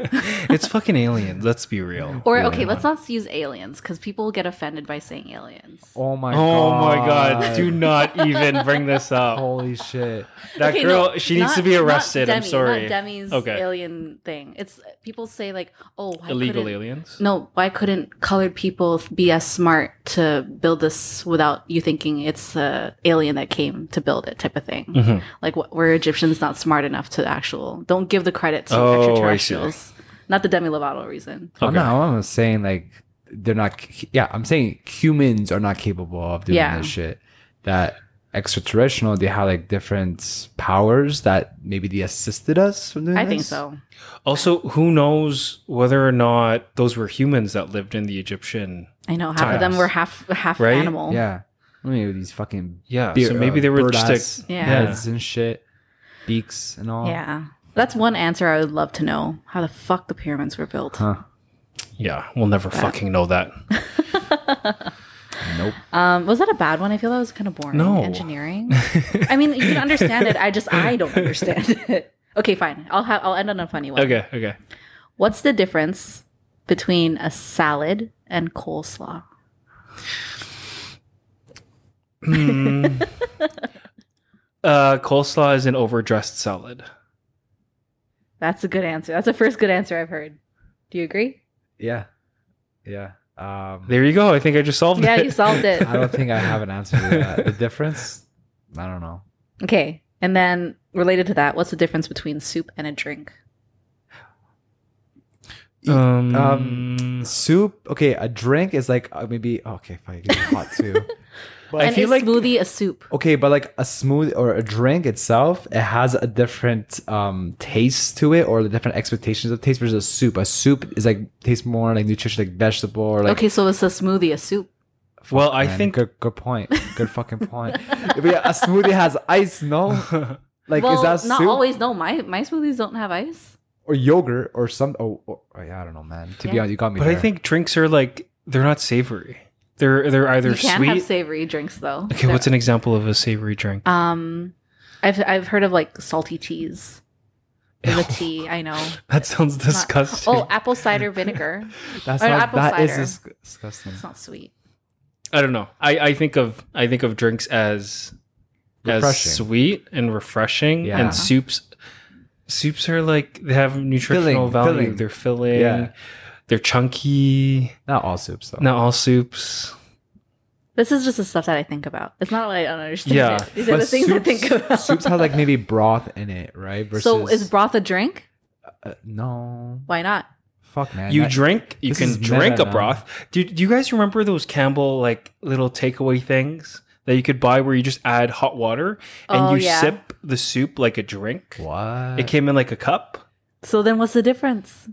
it's fucking alien let's be real Or Yeah. okay, let's not use aliens because people get offended by saying aliens. Oh my Oh. oh my god do not even bring this up Holy shit. that Okay, girl no, she needs not- to be not arrested i'm Demi, sorry Not Demi's Okay. alien thing. It's people say like, oh, why illegal illegal aliens No, why couldn't colored people be as smart to build this without you thinking it's a alien that came to build it type of thing? Mhm. Like wh- we're Egyptians not smart enough to actual. Don't give the credit Oh, to I see. extraterrestrials. Not the Demi Lovato reason. I'm Okay. not I'm not saying like they're not c- yeah, I'm saying humans are not capable of doing Yeah. this shit. That extraterrestrial, they have like different powers that maybe they assisted us from doing I think this? so. Also, who knows whether or not those were humans that lived in the Egyptian? I know half of them Times. were half half Right? animal. Yeah. I mean these fucking Yeah, beer- so maybe uh, they were bird just ass like, Yeah. heads and shit, beaks and all. Yeah. That's one answer I would love to know. How the fuck the pyramids were built. Huh. yeah, we'll never fucking know that. Nope. Um, was that a bad one? I feel that was kind of boring. No. Engineering. I mean, you can understand it. I just I don't understand <laughs> it. Okay, fine. I'll have I'll end on a funny one. Okay, okay. What's the difference between a salad and coleslaw? <laughs> Hmm. uh, coleslaw is an overdressed salad. That's a good answer. That's the first good answer I've heard. Do you agree? Yeah. Yeah. Um, There you go. I think I just solved Yeah, it. you solved it. <laughs> I don't think I have an answer to that. The difference? I don't know. Okay. And then related to that, what's the difference between soup and a drink? Um, Um, Soup. Okay, a drink is like uh, maybe okay, if I get hot <laughs> too. I and feel is like- smoothie a soup? Okay, but like a smooth or a drink itself, it has a different um taste to it or the different expectations of taste versus a soup. A soup is like tastes more like nutrition, like vegetable or like okay, so it's a smoothie a soup? well, I Man, think good, good point. Good fucking <laughs> point. but yeah, a smoothie has ice, no? Like well, is that not soup always. No, my my smoothies don't have ice. or yogurt or some? Oh, oh, yeah, I don't know, man. To be Yeah. honest, you got me. but I there. think drinks are like they're not savory. They're they're either you can sweet. have savory drinks though. okay, what's an example of a savory drink? um? I've I've heard of like salty teas. The <laughs> tea, I know. that sounds Not- disgusting. oh, apple <laughs> cider vinegar. that's or not, apple that is cider. dis- disgusting. It's not sweet. I don't know. I, I think of I think of drinks as Refreshing. as sweet and refreshing, Yeah. and soups soups are like they have nutritional Filling, value. filling. They're filling. Yeah. They're chunky. Not all soups though. Not all soups. This is just the stuff that I think about. It's not like I don't understand. Yeah. it. These are But the things I think about. <laughs> soups have like maybe broth in it, right? Versus so is broth a drink? uh, no Why not? fuck man. you that- drink. You this can is drink meta a now. broth. Do, do you guys remember those Campbell like little takeaway things that you could buy where you just add hot water and Oh, you yeah. sip the soup like a drink? what? It came in like a cup. So then what's the difference?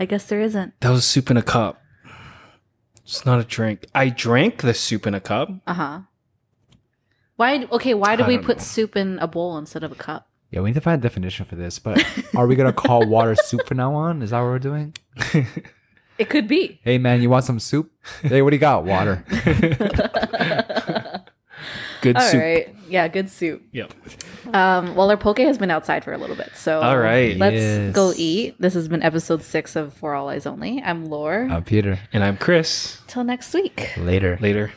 I guess there isn't. That was soup in a cup. It's not a drink. I drank the soup in a cup. Uh huh. Why? Okay. Why do I we don't put know. soup in a bowl instead of a cup? yeah, we need to find a definition for this. But are we gonna <laughs> call water soup from now on? Is that what we're doing? It could be. Hey man, you want some soup? Hey, what do you got? <laughs> Water. Good All right. soup. Yeah. Good soup. Yep. Um, well, our poke has been outside for a little bit, so All right. Let's Yes. go eat. This has been episode six of For All Eyes Only. I'm Lore. Uh, Peter. And I'm Chris. Till next week. Later. Later.